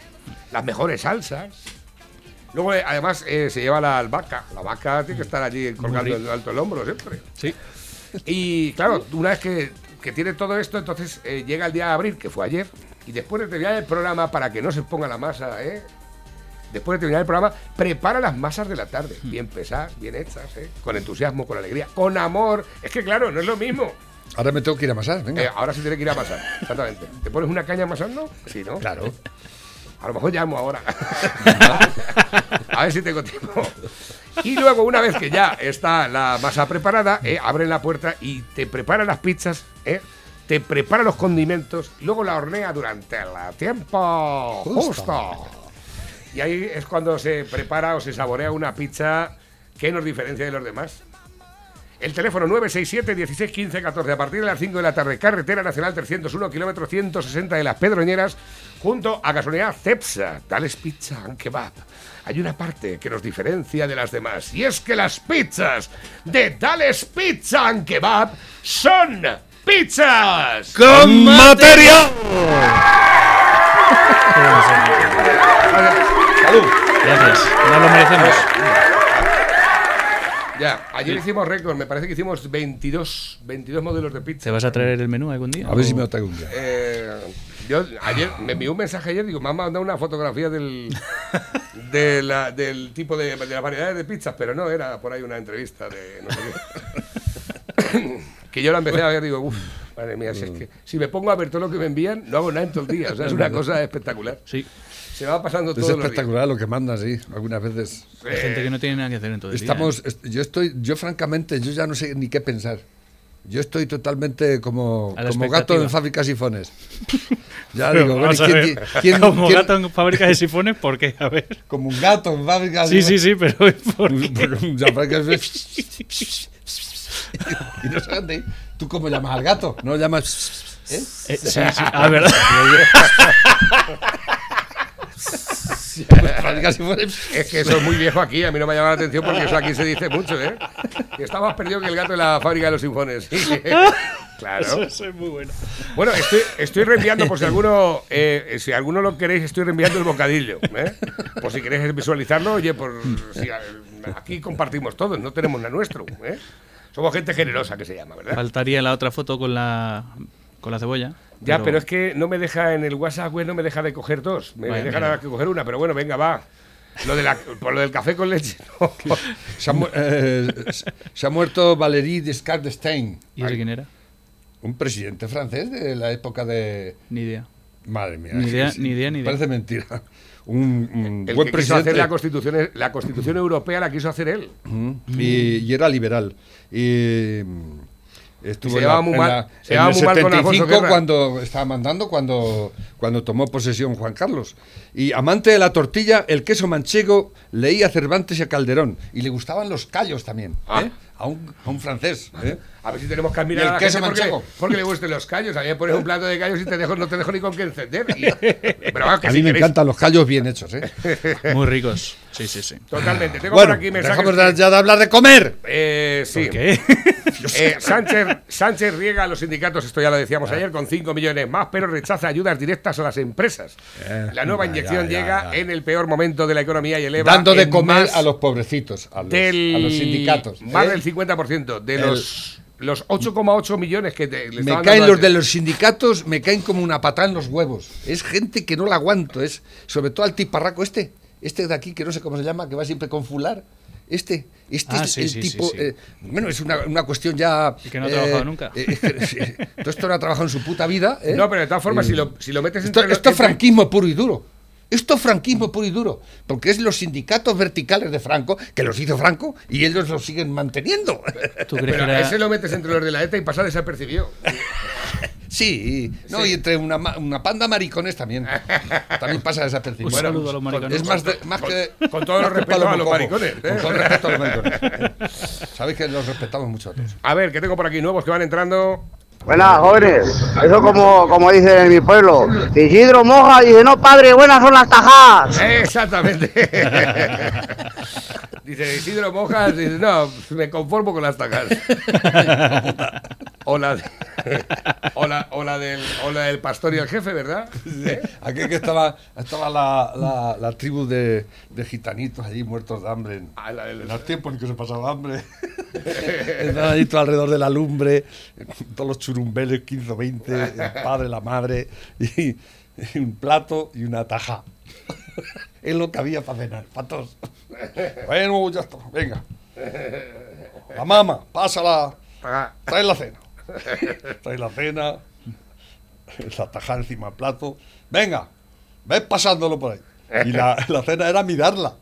C: las mejores salsas. Luego, eh, además, eh, se lleva la albahaca. La vaca tiene que estar allí colgando el alto el hombro siempre.
E: Sí.
C: Y claro, una vez que, que tiene todo esto, entonces eh, llega el día de abril, que fue ayer, y después de terminar el programa, para que no se ponga la masa, ¿eh? después de terminar el programa, prepara las masas de la tarde, bien pesadas, bien hechas, ¿eh? con entusiasmo, con alegría, con amor. Es que claro, no es lo mismo.
D: Ahora me tengo que ir a masar, venga.
C: Eh, ahora sí tiene que ir a masar, exactamente. ¿Te pones una caña amasando? Sí, ¿no?
D: claro.
C: A lo mejor llamo ahora. a ver si tengo tiempo. Y luego, una vez que ya está la masa preparada, eh, abren la puerta y te preparan las pizzas, eh, te preparan los condimentos, luego la hornea durante el tiempo justo.
D: Justo.
C: Y ahí es cuando se prepara o se saborea una pizza que nos diferencia de los demás. El teléfono 967 16 15 14 a partir de las 5 de la tarde, carretera nacional 301, kilómetro 160 de las Pedroñeras, junto a gasolinera Cepsa. Tales pizza and kebab. Hay una parte que nos diferencia de las demás, y es que las pizzas de Tales Pizza and Kebab son pizzas.
D: ¡Con materia!
E: Gracias. No lo merecemos.
C: Ya, ayer hicimos récord, me parece que hicimos 22, 22 modelos de pizza.
E: ¿Te vas a traer el menú algún día?
D: A ver si
E: o-
D: me lo traigo un día.
C: Eh, yo ayer
D: Ah.
C: me envió un mensaje ayer, digo, me han mandado una fotografía del de la- del tipo de, de las variedades de pizzas, pero no, era por ahí una entrevista de no sé qué. que yo la empecé a ver, digo, uff, madre mía, si es
D: Mm.
C: que si me pongo a ver todo lo que me envían, no hago nada en todo el día, o sea, es una cosa espectacular.
E: Sí.
C: Se va pasando
D: Es
C: todo los días.
D: espectacular lo que mandan, sí, algunas veces.
E: Hay gente que no tiene nada que hacer en todo el día,
D: Estamos, est- yo estoy, yo francamente, yo ya no sé ni qué pensar. Yo estoy totalmente como,
E: A la
D: como gato
E: expectativa.
D: en fábrica de sifones. Ya
E: Pero
D: digo,
E: vamos
D: bueno,
E: a
D: ¿quién-
E: ver,
D: quién-
E: como
D: quién-
E: gato en fábrica de sifones, ¿por qué? A ver.
D: como un gato en fábrica de
E: Sí, sí, sí, pero ¿por qué?
D: sifones. Ya fábrica de sifones. y no saben de ahí. ¿Tú cómo llamas al gato? No lo llamas. ¿eh?
E: Eh, sí, sí, a ver.
D: Fábrica de sifones.
C: Es que eso es muy viejo aquí, a mí no me ha llamado la atención porque eso aquí se dice mucho, ¿eh? Que está más perdido que el gato de la fábrica de los sinfones. claro.
E: Eso es muy bueno.
C: Bueno, estoy, estoy reenviando, por si alguno, eh, si alguno lo queréis, estoy reenviando el bocadillo. ¿eh? Por si queréis visualizarlo, oye, por si a- Aquí compartimos todos, no tenemos la nuestro. ¿eh? Somos gente generosa que se llama, ¿verdad?
E: Faltaría la otra foto con la, con la cebolla.
C: Ya, pero... es que no me deja en el WhatsApp, güey, no me deja de coger dos. Me
E: Vaya
C: deja
E: mierda.
C: nada que coger una, pero bueno, venga, va. Lo, de la- por lo del café con leche, no.
D: Se ha, mu- eh, se ha muerto Valéry Giscard d'Estaing,
E: ¿Y ese quién era?
D: un presidente francés de la época de...
E: Ni idea.
D: Madre mía.
E: Ni idea,
D: es que
E: ni idea, ni idea.
D: Parece mentira. Un, un
C: El
D: buen
C: que quiso hacer
D: presidente.
C: la constitución, la constitución europea la quiso hacer él.
D: Ujú. mm, y, y era liberal. Y mm, estuvo
C: se
D: en
C: llevaba
D: la-
C: muy
D: en
C: mal-
D: la-
C: se llevaba
D: en el
C: muy mal con Alfonso
D: 75
C: Guerra.
D: cuando estaba mandando, cuando, cuando tomó posesión Juan Carlos. Y amante de la tortilla, el queso manchego, leía a Cervantes y a Calderón. Y le gustaban los callos también.
C: Ah.
D: ¿eh? A, un, a un francés. ¿eh?
C: A ver si tenemos que
D: Y
C: admirar
D: el
C: a la
D: queso
C: gente porque,
D: manchego.
C: porque le gusten los callos. A mí me pones un plato de callos y te dejo, no te dejo ni con qué encender. Y- pero vamos, que
D: a
C: si
D: mí me
C: queréis-
D: encantan los callos bien hechos. ¿eh?
E: Muy ricos. Sí, sí, sí.
C: Totalmente. Tengo
D: bueno,
C: por aquí mensajes.
D: dejamos de- ya de hablar de comer.
C: Eh, sí.
E: ¿Qué?
C: Eh, Sánchez, Sánchez riega a los sindicatos, esto ya lo
D: Ah.
C: decíamos ayer, con 5 millones más, pero rechaza ayudas directas a las empresas.
D: Eh,
C: la nueva
D: ya,
C: inyección
D: ya,
C: llega
D: ya.
C: en el peor momento de la economía y eleva
D: Dando de
C: en
D: comer
C: más
D: a los pobrecitos, a los,
C: del-
D: a los sindicatos.
C: Más
D: ¿eh?
C: del 50% de
D: El-
C: los, los 8,8 millones que te, le
D: Me
C: estaban
D: caen
C: dando
D: los de
C: antes.
D: los sindicatos, me caen como una patada en los huevos. Es gente que no la aguanto, es sobre todo al tiparraco este, este de aquí que no sé cómo se llama, que va siempre con fular. Este, este
E: Ah,
D: es
E: sí,
D: el
E: sí, sí,
D: tipo.
E: sí.
D: eh, bueno, es una, una cuestión ya.
E: Y que no ha trabajado nunca.
D: eh, es que- sí, todo esto no ha trabajado en su puta vida. ¿eh?
C: No, pero de todas formas,
D: Eh,
C: si, lo, si lo metes
D: esto,
C: entre los-
D: esto es
C: entre-
D: franquismo puro y duro. Esto es franquismo puro y duro. Porque es los sindicatos verticales de Franco, que los hizo Franco, y ellos los siguen manteniendo.
E: ¿Tú crees
C: Pero
E: que
C: a
E: era-
C: ese lo metes entre los de la ETA y pasa desapercibido.
D: Sí, no,
C: Sí.
D: y entre una, ma- una panda maricones también. También pasa desapercibido.
E: Un saludo a los maricones.
D: Es más, de- más
C: con-
D: que.
C: con todo el
D: más que
C: respeto
D: palo
C: a los
D: mococo.
C: maricones, ¿eh?
D: Con todo el respeto a los maricones. ¿eh? Sabéis que los respetamos mucho a todos.
C: A ver, que tengo por aquí nuevos que van entrando.
F: Buenas, jóvenes. Eso como, como dice en mi pueblo. Isidro Moja dice, no, padre, buenas son las tajadas.
C: Exactamente. dice Isidro Mojas, dice, no, me conformo con las tacas. o, la de- o, la, o la del, o la del pastor y el jefe, ¿verdad? ¿Eh?
D: Aquí que estaba, estaba la, la- la tribu de, de gitanitos allí muertos de hambre. En,
C: Ah, la del-
D: en los tiempos en que se pasaba hambre. Estaban allí todo alrededor de la lumbre, todos los churumbeles, 15 o 20, el padre, la madre, y, y un plato y una taja. Es lo que había para cenar, para todos. Bueno, ya está, venga. La mama, pásala,
C: Ah,
D: trae la cena. Trae la cena, la taja encima del plato. Venga, ves pasándolo por ahí. Y la, la cena era mirarla.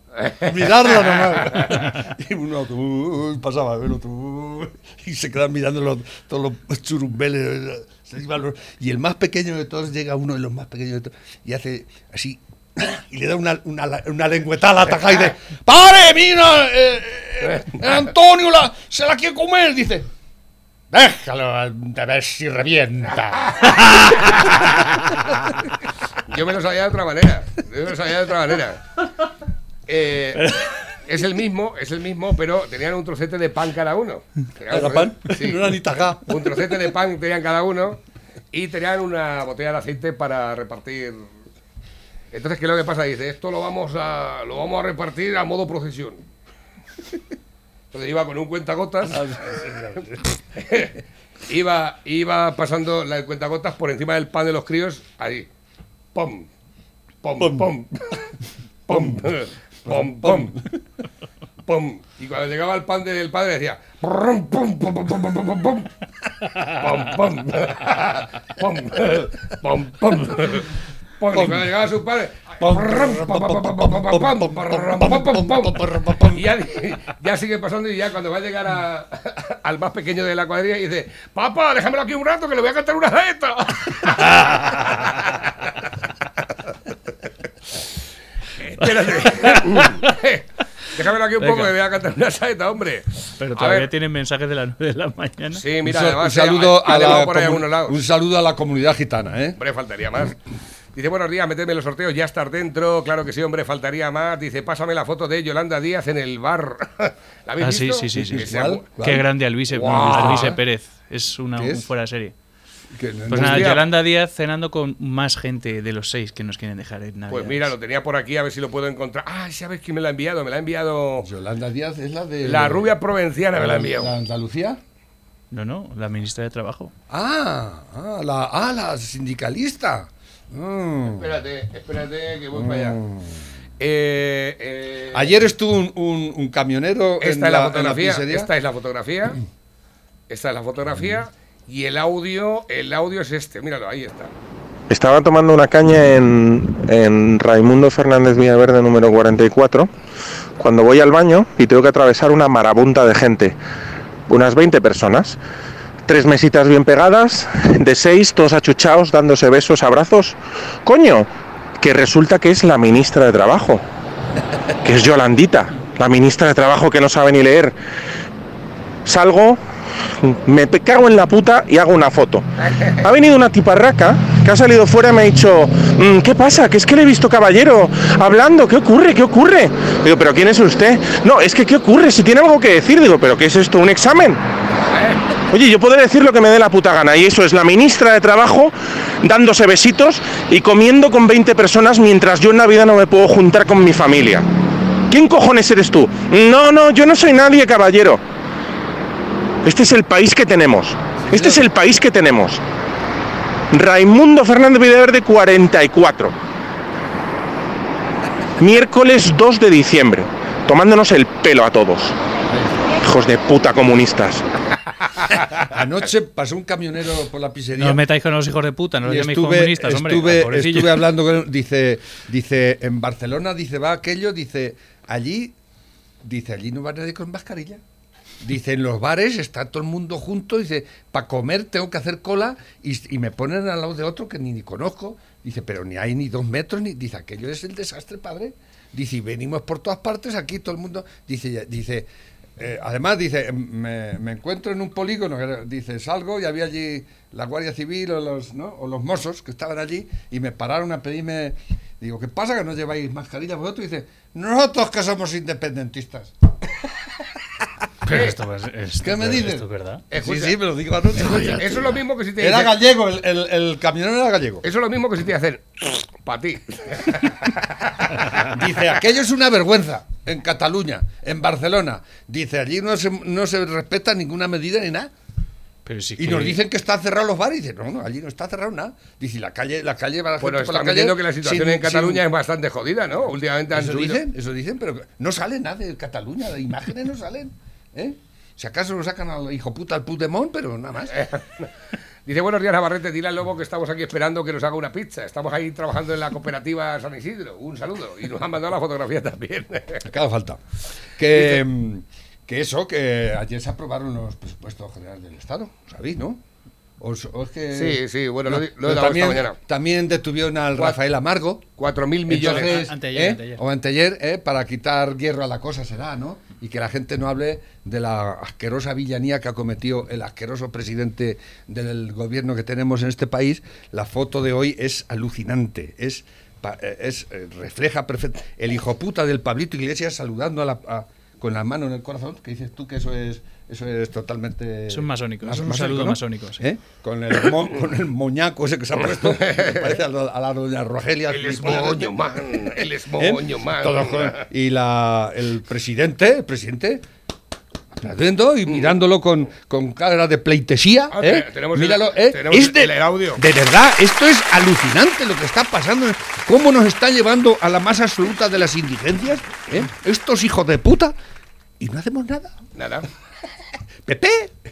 D: Mirarla nomás. Y uno uy, pasaba, el otro uy, y se quedan mirando los- todos los churumbeles. se iban los- Y el más pequeño de todos llega uno de los más pequeños de todos y hace así. Y le da una, una, la- una lengüetada a la taja y dice: ¡Pare, mira! eh, eh, el Antonio la- se la quiere comer. Dice: Déjalo, de ver si revienta.
C: yo me lo sabía de otra manera. Yo me lo sabía de otra manera. Eh, es el mismo, es el mismo, pero tenían un trocete de pan cada uno. Tenían un
D: ¿Era pan?
C: trocete- sí.
D: No era ni tajá.
C: un trocete de pan tenían cada uno y tenían una botella de aceite para repartir. Entonces, ¿qué es lo que pasa? Dice, esto lo vamos a, lo vamos a repartir a modo procesión. Entonces iba con un cuentagotas.
D: Ah,
C: iba, iba pasando la- el cuentagotas por encima del pan de los críos, ahí. Pom, pom, pom, pom, pom, pom, pom. Y cuando llegaba el pan del padre decía, "Brum, pom, pom, pom, pom, pom, pom, pom". Pom, pom. Pom, pom, pom. Pom. Y cuando llegaba su padre, "Brum, pom, pom, pom, pom, pom, pom, pom, pom, pom, pom, pom". Y ya, ya sigue pasando y ya cuando va a llegar a- al más pequeño de la cuadrilla y dice, papá, déjamelo aquí un rato que le voy a cantar una de estas. Espérate. Déjamelo aquí un poco, que voy a cantar una saeta, hombre.
E: Pero
C: A
E: todavía
C: ver,
E: tienen mensajes de las 9 de la mañana.
C: Sí, mira,
D: un, sa-
C: además, eh,
D: un saludo
C: hay- hay de
D: a la
C: por ahí a
D: comu-
C: algunos lados.
D: un saludo a la comunidad gitana, ¿eh?
C: Hombre, faltaría más. Dice, buenos días, metedme en los sorteos, ya estar dentro. Claro que sí, hombre, faltaría más. Dice, pásame la foto de Yolanda Díaz en el bar. ¿La habéis
E: Ah, sí,
C: visto?
E: sí, sí, sí.
C: Que se
D: ¿Cuál?
C: agu-
E: Qué grande Alvise,
C: Guau.
E: Alvise Pérez. Es una
D: ¿Qué
E: un
D: es?
E: fuera de serie.
D: Que no-
E: Pues
C: Pues
E: nada,
C: mira-
E: Yolanda Díaz cenando con más gente de los seis que nos quieren dejar en Navidad.
C: Pues mira, lo tenía por aquí, a ver si lo puedo encontrar. Ah, ¿sabes quién me la ha enviado? Me la ha enviado.
D: Yolanda Díaz es la de.
C: Pues La rubia provenciana me la ha enviado.
D: ¿La Andalucía?
E: No, no, la ministra de Trabajo.
D: Ah, ah, la, ah, la sindicalista. Mm.
C: Espérate, espérate, que voy para allá. Eh, eh,
D: Ayer estuvo un, un- un camionero en
C: esta es
D: la,
C: la,
D: en la
C: fotografía.
D: pizzería.
C: esta es la fotografía. Esta es la fotografía. Y el audio, el audio es este. Míralo, ahí está.
G: Estaba tomando una caña en, en Raimundo Fernández Villaverde número 44. Cuando voy al baño y tengo que atravesar una marabunta de gente, unas 20 personas, tres mesitas bien pegadas, de seis, todos achuchados, dándose besos, abrazos. Coño, que resulta que es la ministra de Trabajo, que es Yolandita, la ministra de Trabajo que no sabe ni leer. Salgo, me pe- cago en la puta y hago una foto. Ha venido una tiparraca que ha salido fuera y me ha dicho, "Mm, ¿qué pasa? Que es que le he visto caballero hablando, ¿qué ocurre? ¿Qué ocurre? Digo, ¿pero quién es usted? No, es que ¿qué ocurre? Si tiene algo que decir, digo, ¿pero qué es esto? ¿Un examen? Oye, yo podré decir lo que me dé la puta gana y eso es la ministra de Trabajo dándose besitos y comiendo con 20 personas mientras yo en Navidad no me puedo juntar con mi familia. ¿Quién cojones eres tú? No, no, yo no soy nadie, caballero. Este es el país que tenemos. Este es el país que tenemos. Raimundo Fernández Villaverde, 44. Miércoles 2 de diciembre. Tomándonos el pelo a todos. Hijos de puta comunistas.
D: Anoche pasó un camionero por la pizzería.
E: No os metáis con los hijos de puta, no los
D: y
E: llaméis
D: estuve,
E: comunistas, hombre.
D: estuve-
E: al pobrecillo.
D: estuve hablando con dice dice en Barcelona dice va aquello dice allí dice allí no va nadie con mascarilla dice en los bares está todo el mundo junto dice para comer tengo que hacer cola y, y me ponen al lado de otro que ni, ni conozco dice pero ni hay ni dos metros ni dice aquello es el desastre padre dice y venimos por todas partes aquí todo el mundo dice ya- dice eh, además, dice, me, me encuentro en un polígono, que era- dice, salgo y había allí la Guardia Civil o los, ¿no? o los mozos que estaban allí y me pararon a pedirme, digo, ¿qué pasa que no lleváis mascarilla vosotros? Y dice, nosotros que somos independentistas.
E: Pero esto es- esto-
D: ¿Qué me dices?
E: Esto es verdad.
C: Escucha.
D: sí, sí, me lo digo anoche.
C: Eso es lo mismo que si te
D: Era
C: dicen-
D: gallego, el, el, el camionero era gallego.
C: Eso es lo mismo que si te hacen para ti.
D: Dice, aquello es una vergüenza en Cataluña, en Barcelona. Dice, allí no se, no se respeta ninguna medida ni nada.
E: Pero sí
D: Y
E: que-
D: nos dicen que están cerrados los bares. Y dice, no, no, allí no está cerrado nada. Dice, y la calle, la calle va la
C: Bueno,
D: gente por la
C: estamos
D: calle.
C: viendo que la situación
D: sin-
C: en Cataluña
D: sin-
C: es bastante jodida, ¿no? Últimamente han
D: Eso
C: subido-
D: dicen, eso dicen, pero no sale nada de Cataluña, de imágenes no salen. ¿eh? Si acaso lo sacan al hijo puta, al Puigdemont, pero nada más.
C: Dice, buenos días, Navarrete, dile al lobo que estamos aquí esperando que nos haga una pizza. Estamos ahí trabajando en la cooperativa San Isidro. Un saludo. Y nos han mandado la fotografía también.
D: Cada falta. Que, mm, que eso, que ayer se aprobaron los presupuestos generales del Estado, ¿sabéis, no? O, es- o es que,
C: Sí, sí, bueno, lo di- lo he
D: pero
C: dado
D: también,
C: esta mañana.
D: También detuvieron al
C: Cuat-
D: Rafael Amargo.
C: Cuatro mil millones.
D: Entonces,
E: Anteayer,
D: ¿eh?
E: anteayer.
D: O anteayer, ¿eh? para quitar hierro a la cosa será, ¿no? Y que la gente no hable de la asquerosa villanía que ha cometido el asqueroso presidente del gobierno que tenemos en este país. La foto de hoy es alucinante, es, pa- eh, es eh, refleja perfecto el hijo puta del Pablito Iglesias saludando a la- a- con la mano en el corazón, que dices tú que eso es eso es totalmente
E: Son masónicos,
D: Mas-
E: es un saludo masónico, sí.
D: ¿Eh? Con el mo- con el moñaco ese que se ha puesto, que parece a la, a la doña Rogelia
C: El
D: gilipollas.
C: esmoño man. El
D: ¿Eh?
C: esmoño man.
D: Todos con- Y la, el presidente, el presidente, aplaudiendo y mirándolo con, con cara de pleitesía.
C: Ah,
D: ¿eh?
C: te- tenemos
D: Míralo,
C: el-
D: ¿eh?
C: tenemos
D: Es de-
C: el audio.
D: De verdad, esto es alucinante lo que está pasando. ¿Cómo nos está llevando a la más absoluta de las indigencias? ¿eh? Estos hijos de puta. Y no hacemos nada.
C: Nada.
D: PP,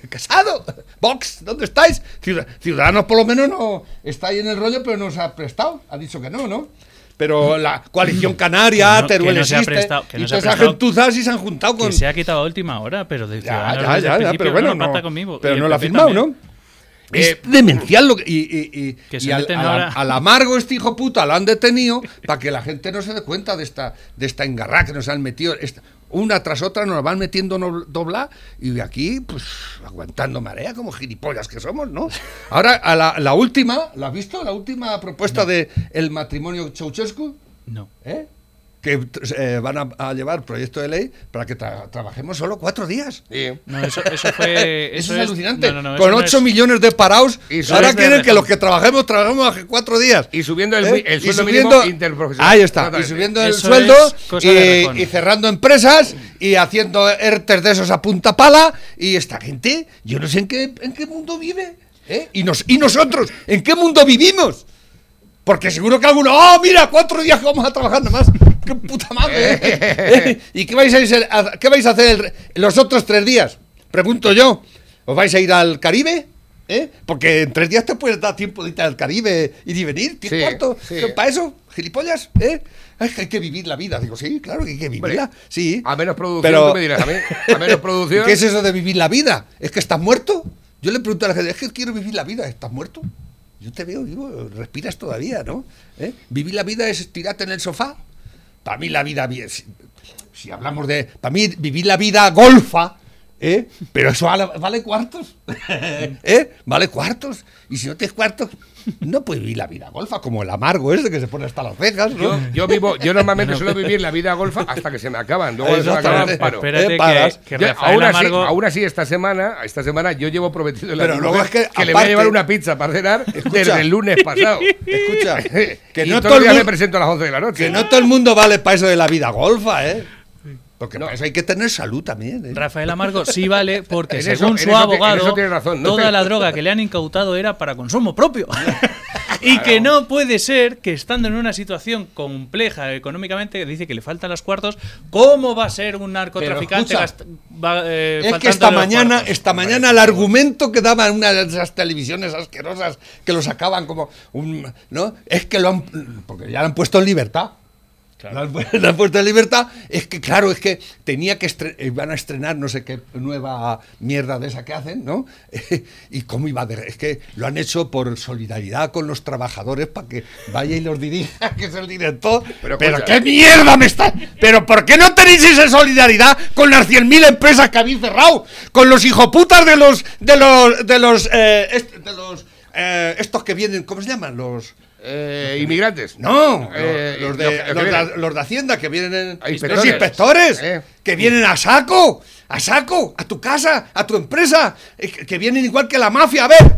D: Casado, Vox, ¿dónde estáis? Ciuda- Ciudadanos por lo menos no está ahí en el rollo, pero nos ha prestado, ha dicho que no, ¿no? Pero la coalición canaria,
E: Mm. Que no-
D: Teruel
E: que no se ha
D: existe,
E: prestado, que
D: y
E: no se ha
D: todas esas
E: prestado.
D: gentuzas y se han juntado con...
E: Que se ha quitado a última hora, pero de
D: Ya, ya,
E: Ciudadanos desde
D: ya,
E: el
D: ya,
E: principio
D: pero bueno,
E: no pacta
D: no,
E: conmigo.
D: pero
E: Y el
D: no lo ha
E: PP
D: firmado,
E: también.
D: ¿no? Es demencial lo que, y, y- y-
E: Que
D: y
E: se
D: al,
E: meten
D: al-
E: ahora.
D: al amargo este hijo puta lo han detenido para que la gente no se dé cuenta de esta de esta engarra que nos han metido esta- una tras otra nos la van metiendo no- dobla y aquí pues aguantando marea como gilipollas que somos no ahora a la, la última ¿la has visto la última propuesta de el matrimonio Ceausescu?
E: No.
D: ¿Eh? que eh, van a, a llevar proyecto de ley para que tra- trabajemos solo cuatro días.
C: Sí.
E: No, eso, eso fue.
D: Eso,
E: Eso,
D: es,
E: es-
D: alucinante.
E: no, no, no, eso
D: Con
E: no
D: 8
E: es-
D: millones de parados,
C: Y eso
D: ahora
E: es de
D: quieren que
E: re-
D: los que trabajemos, trabajemos a cuatro días.
C: Y subiendo el,
D: ¿Eh?
C: mi- el
D: Y
C: sueldo
D: subiendo-
C: mínimo interprofesional.
D: Ahí está. Y
C: Exactamente.
D: subiendo el
E: Eso
D: sueldo
E: es cosa de
D: y,
E: rejón.
D: y cerrando empresas y haciendo ERTES de esos a punta pala. Y esta gente, yo no sé en qué, en qué mundo vive. ¿eh? Y, nos, y nosotros, ¿en qué mundo vivimos? Porque seguro que alguno, ¡oh, mira, cuatro días que vamos a trabajar nada más! ¡Qué puta madre! ¿eh? ¿Y qué vais a, hacer- a- qué vais a hacer el re- los otros tres días? Pregunto yo. ¿Os vais a ir al Caribe? ¿Eh? Porque en tres días te puedes dar tiempo de irte al Caribe ir y venir,
C: Sí,
D: tiempo cuarto.
C: sí.
D: ¿Para eso? ¿Gilipollas? ¿Eh? Ay, que hay que vivir la vida. Digo, sí, claro que hay que vivirla. Sí.
C: A menos producción,
D: Pero-
C: tú me dirás, a, mí, a menos producción.
D: ¿Qué es eso de vivir la vida? ¿Es que estás muerto? Yo le pregunto a la gente, es que quiero vivir la vida, ¿estás muerto? Yo te veo vivo, respiras todavía, ¿no? ¿Eh? Vivir la vida es estirarte en el sofá. Para mí la vida, vi- si, si hablamos de, para mí vivir la vida golfa, ¿eh? Pero eso vale, vale cuartos, ¿eh? Vale cuartos. Y si no tienes cuartos, no puedes vivir la vida golfa, como el amargo ese que se pone hasta las cejas, ¿no?
C: Yo, yo vivo, yo normalmente suelo vivir la vida golfa hasta que se me acaban. Luego se me acaban,
D: Exactamente.
C: paro.
D: Pero-
E: Espérate
D: Eh, pagas.
E: que, que
C: Yo,
E: Rafael
C: aún, así,
E: Amargo.
C: aún así, esta semana, esta semana yo llevo prometido en la
D: Pero
C: mi
D: luego
C: mujer
D: es que,
C: le voy a llevar
D: aparte-
C: una pizza para cenar desde
D: Escucha.
C: el lunes pasado.
D: Escucha, que
C: Y
D: no
C: todos
D: todo
C: los
D: el
C: días me
D: mundo-
C: presento a las 11 de la noche.
D: Que no todo el mundo vale para eso de la vida golfa, ¿eh? Porque
C: No.
D: para eso hay que tener salud también, ¿eh?
E: Rafael Amargo sí vale porque
C: En eso- en
E: según su
C: eso ti- en
E: abogado
C: eso tiene razón, no
E: toda
C: te-
E: la droga que le han incautado era para consumo propio. y que no puede ser que estando en una situación compleja económicamente, dice que le faltan los cuartos, ¿cómo va a ser un narcotraficante
D: Pero
E: gast- va, eh,
D: Es que
E: faltándole
D: esta
E: los
D: mañana,
E: cuartos?
D: esta mañana el argumento que daban una de esas televisiones asquerosas que lo sacaban como un, ¿no? Es que lo han porque ya lo han puesto en libertad. Lo, han, pu- lo han puesto en libertad. Es que, claro, es que tenía que estre- eh, van a estrenar no sé qué nueva mierda de esa que hacen, ¿no? y cómo iba a de- Es que lo han hecho por solidaridad con los trabajadores para que vaya y los dirija, que es el director.
C: Pero
D: Pero,
C: escucha.
D: qué mierda me está. Pero ¿por qué no tenéis esa solidaridad con las 100.000 empresas que habéis cerrado? Con los hijoputas de los. de los. de los. eh, est- de los eh, estos que vienen, ¿cómo se llaman? Los.
C: Eh, inmigrantes.
D: No,
C: Eh, los
D: los,
C: que-
D: de,
C: los que
D: los de-
C: vienen.
D: los de Hacienda que vienen en-
C: Ah,
D: los
C: inspectores.
D: inspectores
C: Eh.
D: que vienen a saco, a saco, a tu casa, a tu empresa, eh, que que vienen igual que la mafia, a ver,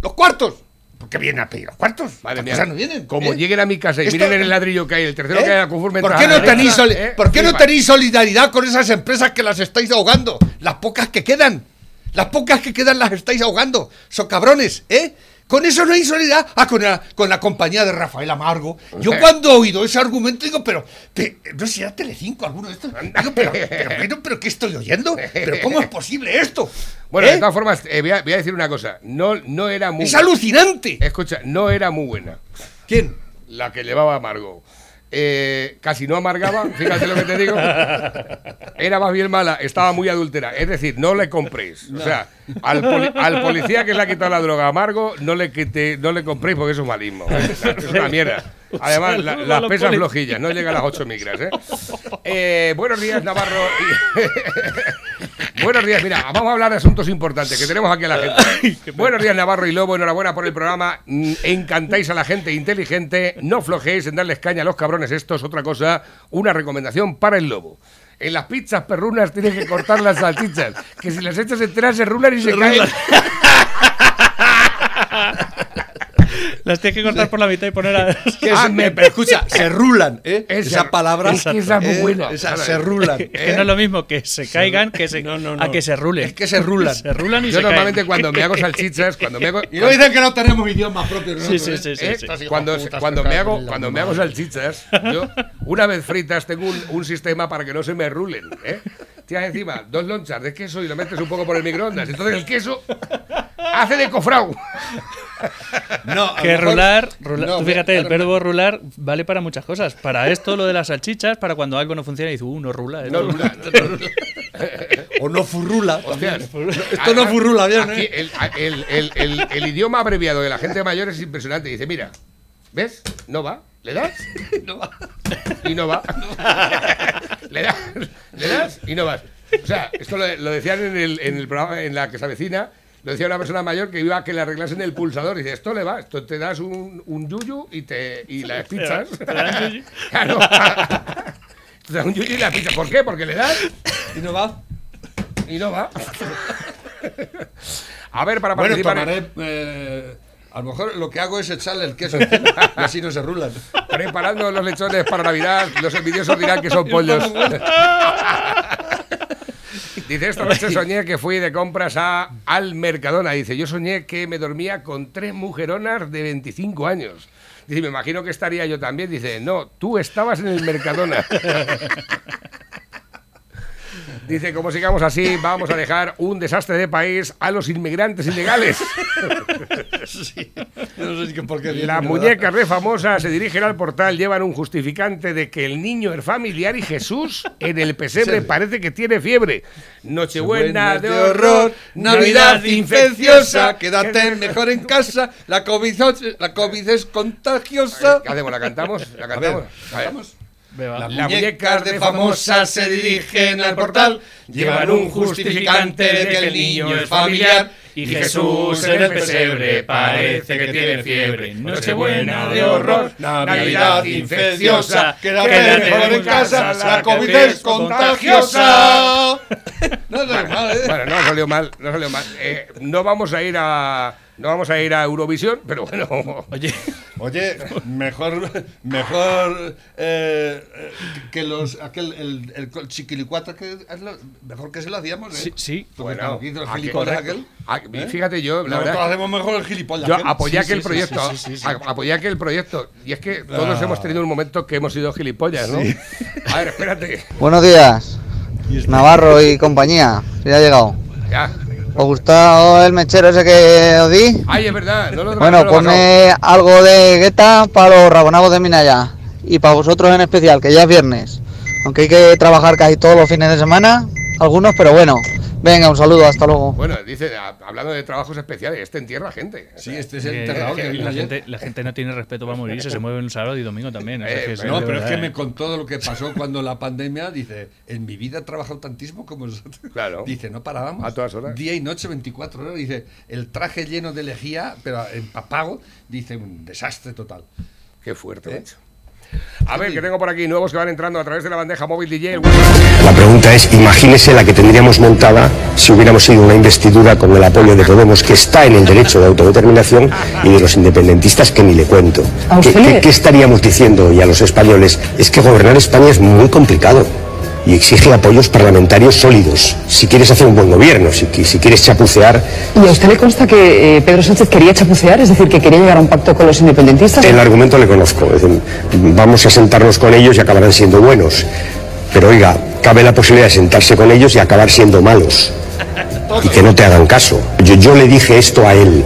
D: los cuartos. ¿Por qué vienen a pedir los cuartos?
C: Madre
D: Las
C: mía.
D: cosas no vienen.
C: Como
D: ¿eh?
C: lleguen a mi casa y
D: Esto-
C: miren en el ladrillo que hay, el tercero
D: ¿Eh?
C: que haya conforme
D: ¿Por
C: entra
D: qué,
C: a la
D: no tenéis,
C: derecha,
D: soli-
C: eh,
D: ¿Por qué no
C: flipa.
D: tenéis solidaridad con esas empresas que las estáis ahogando? Las pocas que quedan. Las pocas que quedan las estáis ahogando. Son cabrones, ¿eh? Con eso no hay solidaridad. Ah, con la, con la compañía de Rafael Amargo. Yo cuando he oído ese argumento digo, pero, pe- no será Telecinco alguno de estos. Digo, pero, pero, bueno, pero ¿qué estoy oyendo? ¿Pero cómo es posible esto?
C: Bueno,
D: ¿Eh?
C: de todas formas, eh, voy, a, voy a decir una cosa. No, no era muy
D: Es alucinante.
C: Escucha, no era muy buena.
D: ¿Quién?
C: La que llevaba amargo. Eh, casi no amargaba, fíjate lo que te digo. Era más bien mala, estaba muy adultera. Es decir, no le compréis. O sea, al, poli- al policía que le ha quitado la droga a amargo, no le, quite- no le compréis porque eso es malismo. Es una mierda. Además, la-
E: saludo a
C: las
E: los
C: pesas
E: policías.
C: flojillas, no llega a las 8 migras. ¿eh? Eh, buenos días, Navarro. Buenos días, mira, vamos a hablar de asuntos importantes que tenemos aquí a la gente. Buenos días, Navarro y Lobo, enhorabuena por el programa. Mm, Encantáis a la gente inteligente, no flojéis en darles caña a los cabrones estos. Otra cosa, una recomendación para el Lobo. En las pizzas perrunas tienes que cortar las salchichas, que si las echas enteras se rulan y se, caen.
E: Las tienes que cortar por la mitad y poner a.
D: Que
C: Ah,
D: se-
C: me-
D: pero escucha, se rulan, ¿eh?
C: Es
D: esa
C: ser-
D: palabra.
C: es que esa es muy
D: ¿eh?
C: buena.
D: Esa,
C: Ahora,
D: se rulan.
E: Es que no es lo mismo que se caigan que se, a que se rulen.
D: Es que se rulan.
E: Se rulan y
C: Yo
E: se
C: normalmente
E: caen.
C: cuando me hago salchichas, cuando me hago...
D: Y luego dicen que no tenemos idiomas propios.
E: Sí, sí, sí, sí,
C: ¿Eh?
E: sí.
C: Cuando, cuando me hago cuando me hago salchichas, yo una vez fritas tengo un, un sistema para que no se me rulen. ¿eh? Tienes encima dos lonchas de queso y lo metes un poco por el microondas. Entonces el queso hace de cofrau.
D: No, a
E: Que
D: lo mejor-
E: rular, rular-
D: No,
E: tú fíjate, el
D: claro,
E: verbo rular vale para muchas cosas. Para esto, lo de las salchichas, para cuando algo no funciona y dices, uh, no rula. esto".
C: No rula, no rula.
D: O no furrula.
C: Hostias.
D: Esto no furrula bien,
C: Aquí
D: ¿eh?
C: el, el- el- el- el idioma abreviado de la gente mayor es impresionante. Dice, mira, ¿ves? No va. ¿Le das? Y no va. ¿Le, das? ¿Le das? Y no vas. O sea, esto lo, lo decían en el, en el programa, en la que se avecina. decía una persona mayor que iba a que le arreglasen el pulsador. Y dice, esto le va, esto te das un, un yuyu y, te, y la pizzas.
E: ¿Te dan yuyu?
C: claro. te dan un yuyu y la pizzas. ¿Por qué? Porque le das
D: Y no va.
C: y no va. a ver, para
D: Bueno,
C: participar...
D: tomaré. eh, a lo mejor lo que hago es echarle el queso encima y así no se rulan.
C: Preparando los lechones para Navidad, los envidiosos dirán que son pollos. Dice, esta noche soñé que fui de compras a, al Mercadona. Dice, yo soñé que me dormía con tres mujeronas de 25 años. Dice, me imagino que estaría yo también. Dice, no, tú estabas en el Mercadona. Dice, como sigamos así, vamos a dejar un desastre de país a los inmigrantes ilegales.
D: No sé si que por qué viene,
C: Las
D: ¿verdad?
C: muñecas re famosas se dirigen al portal, llevan un justificante de que el niño es familiar y Jesús en el pesebre parece que tiene fiebre. Nochebuena
D: Buena
C: de horror, Navidad infecciosa,
D: infecciosa, quédate mejor en casa, la COVID, la COVID es contagiosa.
C: ¿Qué hacemos? ¿La cantamos? ¿La
D: A ver,
C: cantamos? A ver.
D: vamos.
E: Beba.
D: Las
C: La
D: muñecas de famosas se dirigen al portal, llevan un justificante de que el niño es familiar y Jesús en el pesebre parece que tiene fiebre. Nochebuena de horror, Navidad infecciosa, quédate mejor en casa, la COVID es contagiosa. No, no, mal, ¿eh?
C: Bueno, no salió mal, no salió mal. Eh, no vamos a ir a no vamos a ir a Eurovisión, pero bueno,
E: Oye,
D: Oye, mejor, mejor eh, eh, que los aquel el, el col- chiquilicuatra que hazlo- mejor que se lo hacíamos, ¿eh?
E: sí, sí.
D: Porque
C: Bueno,
D: ¿eh? como que hizo el ¿Eh?
C: aquí-
D: gilipollas
C: Ah, correcto.
D: aquel.
C: Aquí- fíjate yo, la
D: Nosotros
C: verdad-
D: hacemos mejor el gilipollas.
C: Yo
D: aquel.
C: apoyé
D: Sí,
C: aquel
D: sí, sí,
C: proyecto,
D: sí, sí, Ah. sí.
C: a- apoyé aquel proyecto. Y es que todos hemos tenido un momento que hemos sido gilipollas, ¿no? A ver, espérate.
F: Buenos días, Navarro y compañía. Ya ha llegado.
C: Ya.
F: ¿Os gustó el mechero ese que os di?
C: Ay, es verdad. No lo no
F: Bueno,
C: lo he pasado.
F: ponme algo de gueta para los rabonagos de Minaya y para vosotros en especial, que ya es viernes. Aunque hay que trabajar casi todos los fines de semana, algunos, pero bueno. Venga, un saludo, hasta luego.
C: Bueno, dice, a- hablando de trabajos especiales, este entierra gente.
D: Sí, este es el
E: Eh,
D: enterrador que vino
E: la,
D: ayer.
E: gente, la gente no tiene respeto para morirse, se mueve un sábado y domingo también. o sea
C: Eh,
E: que es
D: No,
E: de
D: pero es
E: verdad,
D: que
E: eh.
D: me contó lo que pasó cuando la pandemia, dice, en mi vida he trabajado tantísimo como nosotros.
C: Claro.
D: Dice, no parábamos.
C: A todas horas.
D: Día y noche, 24 horas. Dice, el traje lleno de lejía, pero empapago, dice, un desastre total.
C: Qué fuerte,
D: ¿Eh?
C: macho. A ver, que tengo por aquí nuevos que van entrando a través de la bandeja móvil DJ.
H: La pregunta es, imagínese la que tendríamos montada si hubiéramos sido una investidura con el apoyo de Podemos, que está en el derecho de autodeterminación, y de los independentistas, que ni le cuento.
I: ¿A
H: ¿Qué,
I: usted
H: qué-
I: le-
H: qué estaríamos diciendo y a los españoles? Es que gobernar España es muy complicado y exige apoyos parlamentarios sólidos. Si quieres hacer un buen gobierno, si, qui- si quieres chapucear,
I: ¿Y a usted le consta que eh, Pedro Sánchez quería chapucear, es decir, que quería llegar a un pacto con los independentistas?
H: el argumento le conozco. Es decir, vamos a sentarnos con ellos y acabarán siendo buenos. Pero oiga, cabe la posibilidad de sentarse con ellos y acabar siendo malos. y que no te hagan caso. Yo, yo le dije esto a él.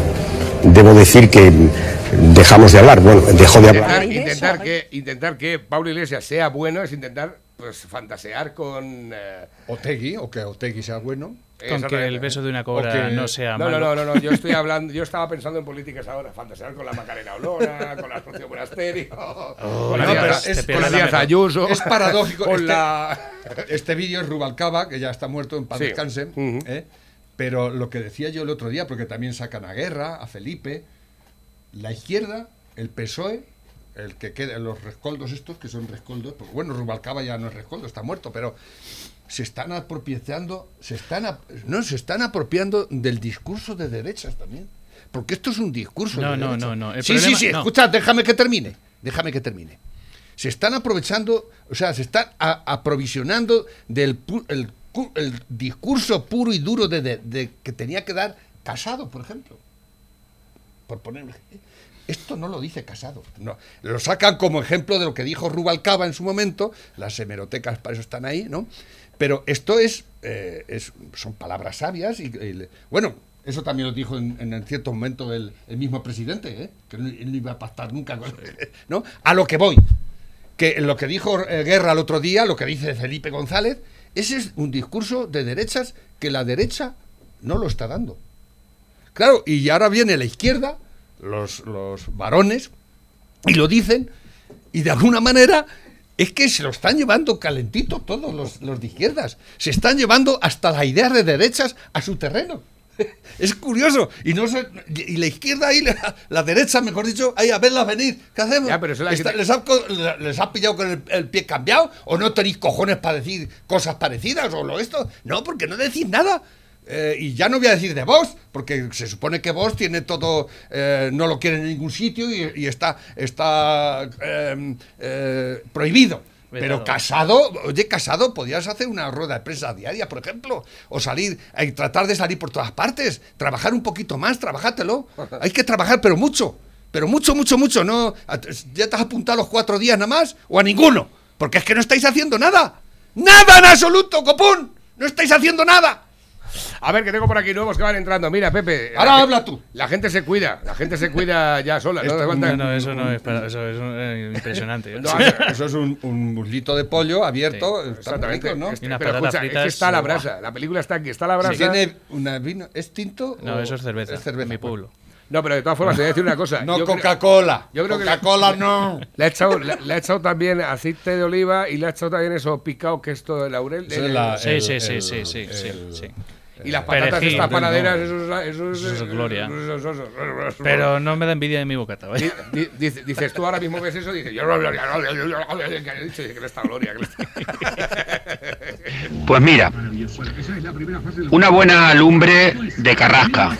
H: Debo decir que mm, dejamos de hablar. Bueno, dejó de hablar.
C: Intentar, intentar que, intentar que Pablo Iglesias sea bueno es intentar pues, fantasear con... eh,
D: Otegui, o que Otegui sea bueno.
E: Con que el
C: exactamente.
E: beso de una cobra
D: O que-
E: no sea
C: No,
E: malo.
C: no, no, no, no, yo estoy hablando, yo estaba pensando en políticas ahora, fantasear con la Macarena Olona, con la Asunción Monasterio,
E: Oh,
C: con la
D: no, pero
C: Díaz-
D: es- te
C: con la
E: pierdes la
C: Díaz
E: mejor.
C: Ayuso,
D: Es paradójico,
C: con
D: este-
C: la...
D: Este vídeo es Rubalcaba, que ya está muerto en paz
C: Sí.
D: descanse.
C: Ujú.
D: ¿eh? Pero lo que decía yo el otro día, porque también sacan a Guerra, a Felipe, la izquierda, el PSOE, E, el que queda, los rescoldos estos, que son rescoldos, porque bueno, Rubalcaba ya no es rescoldo, está muerto, pero se están apropiando, se están, ap- no, se están apropiando del discurso de derechas también. Porque esto es un discurso.
E: No,
D: de
E: no,
D: derechas.
E: no, no, el
D: Sí, sí,
E: problema-
D: sí,
E: no.
D: escucha, déjame que termine. Déjame que termine se están aprovechando, o sea, se están a- aprovisionando del pu- el, cu- el discurso puro y duro de, de- de que tenía que dar Casado, por ejemplo. Por poner un ej- esto no lo dice Casado. No. Lo sacan como ejemplo de lo que dijo Rubalcaba en su momento. Las hemerotecas para eso están ahí, ¿no? Pero esto es, eh, es- son palabras sabias y, y le- bueno, eso también lo dijo en, en cierto momento el, el mismo presidente, ¿eh? que no, él no iba a pactar nunca, con- ¿no? A lo que voy que lo que dijo eh, Guerra el otro día, lo que dice Felipe González, ese es un discurso de derechas que la derecha no lo está dando. Claro, y ahora viene la izquierda, los, los varones, y lo dicen, y de alguna manera es que se lo están llevando calentito todos los, los de izquierdas. Se están llevando hasta las ideas de derechas a su terreno. Es curioso. Y no sé, y la izquierda y la, la derecha, mejor dicho, ahí a verlas venir. ¿Qué hacemos?
C: Ya, pero eso es la que
D: Está-
C: te-
D: les, ha, co- la- les ha pillado con el, el pie cambiado? ¿O no tenéis cojones para decir cosas parecidas o lo esto? No, porque no decís nada. Eh, y ya no voy a decir de Vox, porque se supone que Vox tiene todo, eh, no lo quiere en ningún sitio y, y está, está eh, eh, prohibido. Pero
E: Vedado.
D: casi Casado, oye, casado, podías hacer una rueda de prensa diaria, por ejemplo, o salir, eh, tratar de salir por todas partes, trabajar un poquito más, trabajátelo. Hay que trabajar, pero mucho, pero mucho, mucho, mucho. No, a- ya te has apuntado los cuatro días nada más o a ninguno, porque es que no estáis haciendo nada, nada en absoluto, copón, no estáis haciendo nada.
C: A ver, que tengo por aquí nuevos que van entrando. Mira, Pepe.
D: Ahora
C: la ge-
D: habla tú.
C: La gente se cuida. La gente se cuida ya sola. No hace falta.
E: No, no, eso no es para. Eso es eh, impresionante.
C: No, a ver,
D: Eso es un, un muslito de pollo abierto, está
C: Exactamente.
D: rico, ¿no?
C: Es que-
E: Y unas
C: pero
E: patatas
C: escucha, es que
E: fritas,
C: está a la
E: guau.
C: brasa. La película está aquí, está a la brasa.
D: Tiene una vino, ¿es tinto?
E: No,
D: o-
E: eso es cerveza.
D: es cerveza, pues.
E: en mi pueblo.
C: No, pero de todas formas, te voy a decir una cosa.
D: No
C: Yo creo-
D: Coca-Cola.
C: yo creo que la-
D: Coca-Cola no.
C: Le ha, echado, le, le ha echado también aceite de oliva y le ha echado también eso picado que esto de laurel.
D: Eso
C: eh,
D: es la-
E: Sí,
D: Ah, el-
E: sí, sí,
D: el-
E: sí, sí,
D: el-
E: sí, sí.
C: y las patatas
E: Eh, Perejil.
C: estas panaderas, ah,
D: No.
C: eso es- eso es-
E: Eso es gloria.
C: eso es- eso es- eso es-
E: Pero no me da envidia de mi bocata,
C: Di-
E: vaya.
C: di- Dices, dices tú ahora mismo ves eso, dices yo no, gloria, gloria, gloria, gloria, que he dicho que le está gloria. que le está-
H: Pues mira, una buena lumbre de Carrasca,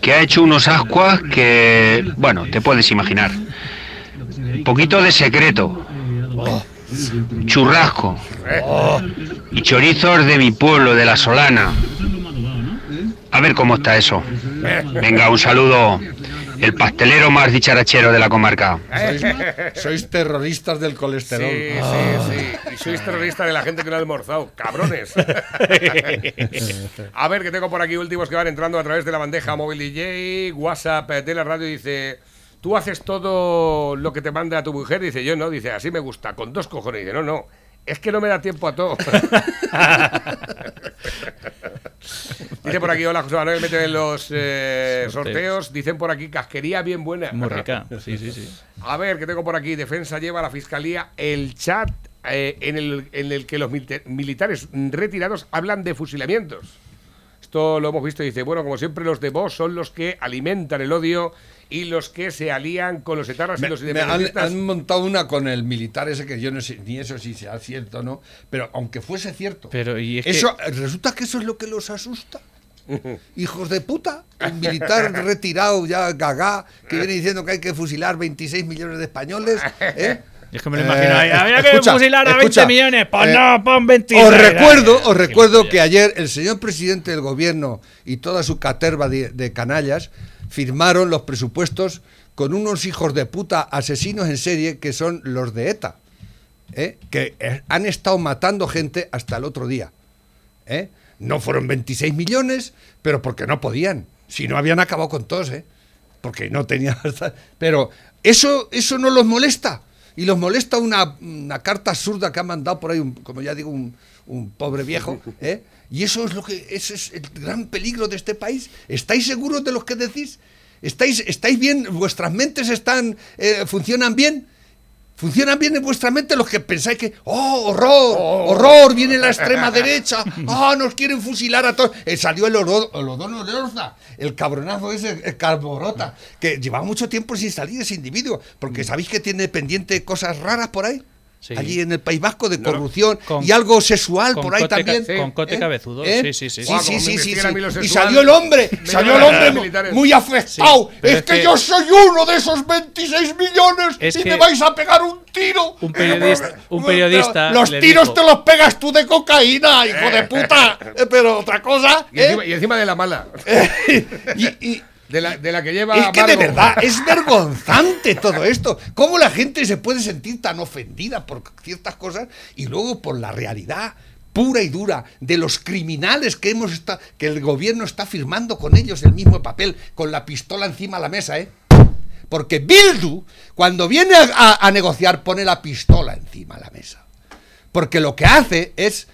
H: que ha hecho unos ascuas que, bueno, te puedes imaginar. Un poquito de secreto, churrasco y chorizos de mi pueblo, de La Solana. A ver cómo está eso. Venga, un saludo. El pastelero más dicharachero de la comarca.
D: Sois terroristas del colesterol. Ah.
C: Sí,
E: Ah.
C: sí, sí. Y sois terrorista de la gente que no ha almorzado, cabrones. a ver, que tengo por aquí últimos que van entrando a través de la bandeja móvil DJ, WhatsApp eh, de la radio, dice. Tú haces todo lo que te manda tu mujer, dice yo no, dice así me gusta, con dos cojones, dice no, no, es que no me da tiempo a todo. Dice por aquí, hola José Manuel, mete en los eh,
E: Sorteos.
C: sorteos, dicen por aquí, casquería bien buena.
E: Muy rica. Sí, sí, sí.
C: A ver, que tengo por aquí. Defensa lleva a la fiscalía el chat eh, en, el, en el que los milita- militares retirados hablan de fusilamientos. Esto lo hemos visto. Dice, bueno, como siempre, los de vos son los que alimentan el odio y los que se alían con los etarras
D: Me-
C: y los
D: me han,
C: independentistas.
D: han montado una con el militar ese que yo no sé ni eso si sea cierto o no, pero aunque fuese cierto,
E: Pero, y es que-
D: eso resulta que eso es lo que los asusta. Hijos de puta, un militar retirado ya gagá que viene diciendo que hay que fusilar 26 millones de españoles. ¿eh?
E: Y Es que me lo
D: Eh,
E: imagino. ahí, Había que
D: escucha,
E: fusilar a 20
D: escucha,
E: millones. Pues
D: eh,
E: no, pon 26.
D: Os recuerdo, os recuerdo que ayer el señor presidente del gobierno y toda su caterva de, de canallas firmaron los presupuestos con unos hijos de puta asesinos en serie que son los de ETA, ¿eh? que eh, han estado matando gente hasta el otro día. ¿eh? No fueron 26 millones, pero porque no podían. Si no habían acabado con todos, ¿eh? porque no tenían. hasta- Pero eso, eso no los molesta. Y los molesta una, una carta absurda que ha mandado por ahí, un- como ya digo, un, un pobre viejo. ¿eh? Y eso es lo que ese es el gran peligro de este país. ¿Estáis seguros de lo que decís? ¿Estáis, estáis bien? ¿Vuestras mentes están eh, funcionan bien? Funcionan bien en vuestra mente los que pensáis que, oh, horror, horror, viene la extrema derecha, ah, nos quieren fusilar a todos. Eh, salió el Oro- Olodono de Orza, el cabronazo ese, el carborota, que llevaba mucho tiempo sin salir ese individuo, porque sabéis que tiene pendiente cosas raras por ahí.
E: Mm. Sí.
D: Allí en el País Vasco de corrupción
E: Con-
D: y algo sexual
E: con
D: por ahí
E: cote ca-
D: también. ¿eh?
E: sí. con cote cabezudo, sí, sí, sí,
D: Sí,
E: sí.
D: sí, sí, sí,
C: Investigan a
D: sí.
C: mí lo
D: Y
C: sexual.
D: salió el hombre,
C: Me
D: salió
C: llevan a
D: el
C: los
D: hombre
C: militares.
D: muy afectado.
E: Sí, pero
D: Es
E: es
D: que
E: que-
D: yo soy uno de esos 26 millones
E: Es
D: y
E: que-
D: me vais a pegar un tiro.
E: Un periodista- un periodista
D: Los
E: le
D: tiros
E: dijo-
D: te los pegas tú de cocaína, hijo de puta. Eh, Pero otra cosa,
C: y, encima,
D: ¿eh?
C: y encima de la mala.
D: Y- y-
C: De la, de la que lleva.
D: es que de
C: amargo.
D: verdad es vergonzante todo esto. ¿Cómo la gente se puede sentir tan ofendida por ciertas cosas y luego por la realidad pura y dura de los criminales que hemos esta- que el gobierno está firmando con ellos el mismo papel con la pistola encima de la mesa, ¿eh? Porque Bildu cuando viene a, a- a negociar pone la pistola encima de la mesa. Porque lo que hace es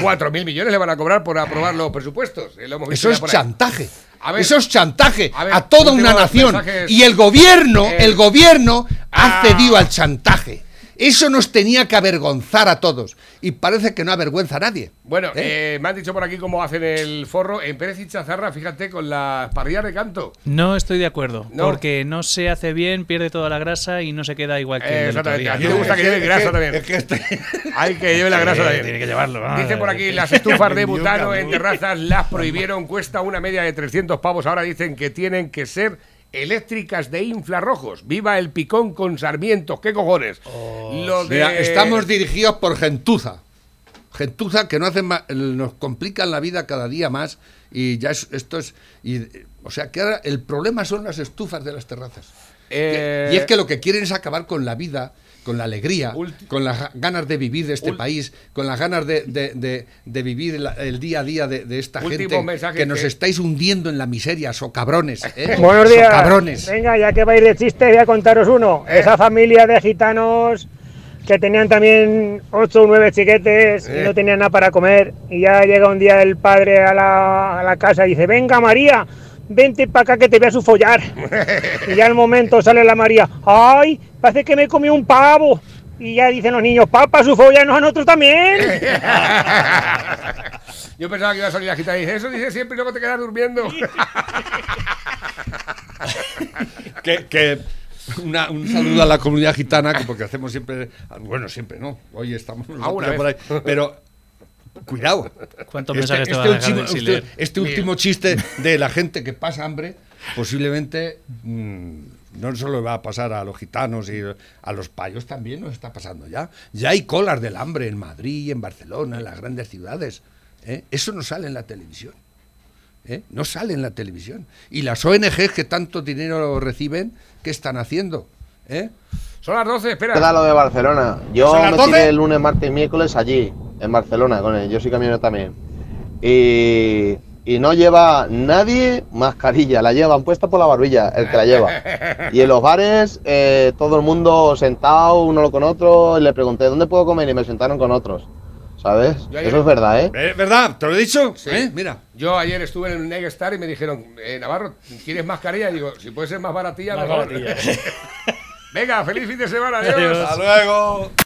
C: Cuatro mil millones le van a cobrar por aprobar los presupuestos. eh, lo hemos visto
D: eso
C: ya
D: es
C: por ahí.
D: chantaje.
C: A ver.
D: eso es chantaje
C: A
D: a,
C: ver,
D: toda una
C: últimos
D: nación.
C: mensajes.
D: Y el gobierno,
C: Eh.
D: el gobierno ha
C: Ah.
D: cedido al chantaje. Eso nos tenía que avergonzar a todos. Y parece que no avergüenza a nadie.
C: Bueno,
D: ¿Eh?
C: eh, me han dicho por aquí cómo hacen el forro. En Pérez y Chazarra, fíjate, con las parrillas de canto.
E: No estoy de acuerdo,
C: No.
E: porque no se hace bien, pierde toda la grasa y no se queda igual que
C: Eh,
E: el del otro
C: exactamente.
E: día,
C: A ti te
E: ¿no?
C: gusta que lleve grasa también.
D: es que este-
C: Hay que lleve la grasa también.
E: tiene que llevarlo, ah,
C: Dice por aquí, las estufas de butano en terrazas las prohibieron, cuesta una media de 300 pavos. Ahora dicen que tienen que ser eléctricas de infrarrojos. Viva el picón con sarmientos, qué cojones. Lo de-
D: Oh, Mira, estamos dirigidos por gentuza. Gentuza que no hacen ma- nos complican la vida cada día más y ya es- esto es y, o sea que ahora el problema son las estufas de las terrazas.
C: Eh,
D: y es que lo que quieren es acabar con la vida, con la alegría,
C: Ulti-
D: con las ga- ganas de vivir de este
C: Ul-
D: país, con las ganas de, de- de- de vivir la- el día a día de, de esta
C: Último
D: gente
C: mensaje
D: que nos
C: que-
D: estáis hundiendo en la miseria, socabrones. ¿eh?
J: Buenos días.
D: Socabrones.
J: Venga, ya que vais de chiste, voy a contaros uno. Esa familia de gitanos que tenían también ocho o nueve chiquetes
C: eh,
J: y no tenían nada para comer. Y ya llega un día el padre a la, a la casa y dice, venga María, vente para acá que te voy a sufollar. y ya al momento sale la María, ay, parece que me comí un pavo. Y ya dicen los niños, papá, sufollanos a nosotros también.
C: Yo pensaba que iba a salir la gitana y dice, eso dice siempre y luego te quedas durmiendo.
D: que, que una- un saludo a la comunidad gitana, que porque hacemos siempre, bueno, siempre no, hoy estamos nosotros
C: una vez.
D: por ahí, pero cuidado.
E: ¿Cuántos
D: Este,
E: mensajes
D: este
E: te van a dejar
D: último,
E: de sin
D: este-
E: leer?
D: este último chiste de la gente que pasa hambre, posiblemente mm, no solo va a pasar a los gitanos y a los payos, también nos está pasando ya. Ya hay colas del hambre en Madrid, en Barcelona, en las grandes ciudades. ¿eh? Eso no sale en la televisión. ¿eh? No sale en la televisión. Y las ONGs que tanto dinero reciben, ¿qué están haciendo? ¿Eh?
C: Son las 12, espera.
K: ¿Qué tal lo de Barcelona? Yo
D: ¿Son las
K: me
D: 12?
K: tiré el lunes, martes y miércoles allí, en Barcelona, con él. Yo soy camionero también. Y, y no lleva nadie mascarilla, la llevan puesta por la barbilla, el que la lleva. Y en los bares, eh, todo el mundo sentado, uno con otro, y le pregunté, ¿dónde puedo comer? Y me sentaron con otros. ¿Sabes?
C: Yo ayer-
K: Eso es verdad, ¿eh?
D: Eh, ¿Verdad? ¿Te lo he dicho? ¿Eh? Mira.
C: Yo ayer estuve en el Star y me dijeron, eh, Navarro, ¿quieres mascarilla? Y digo, si puede ser más baratilla,
E: Más
C: mejor.
E: baratilla.
C: Venga, feliz fin de semana,
E: Adiós.
C: adiós.
D: luego.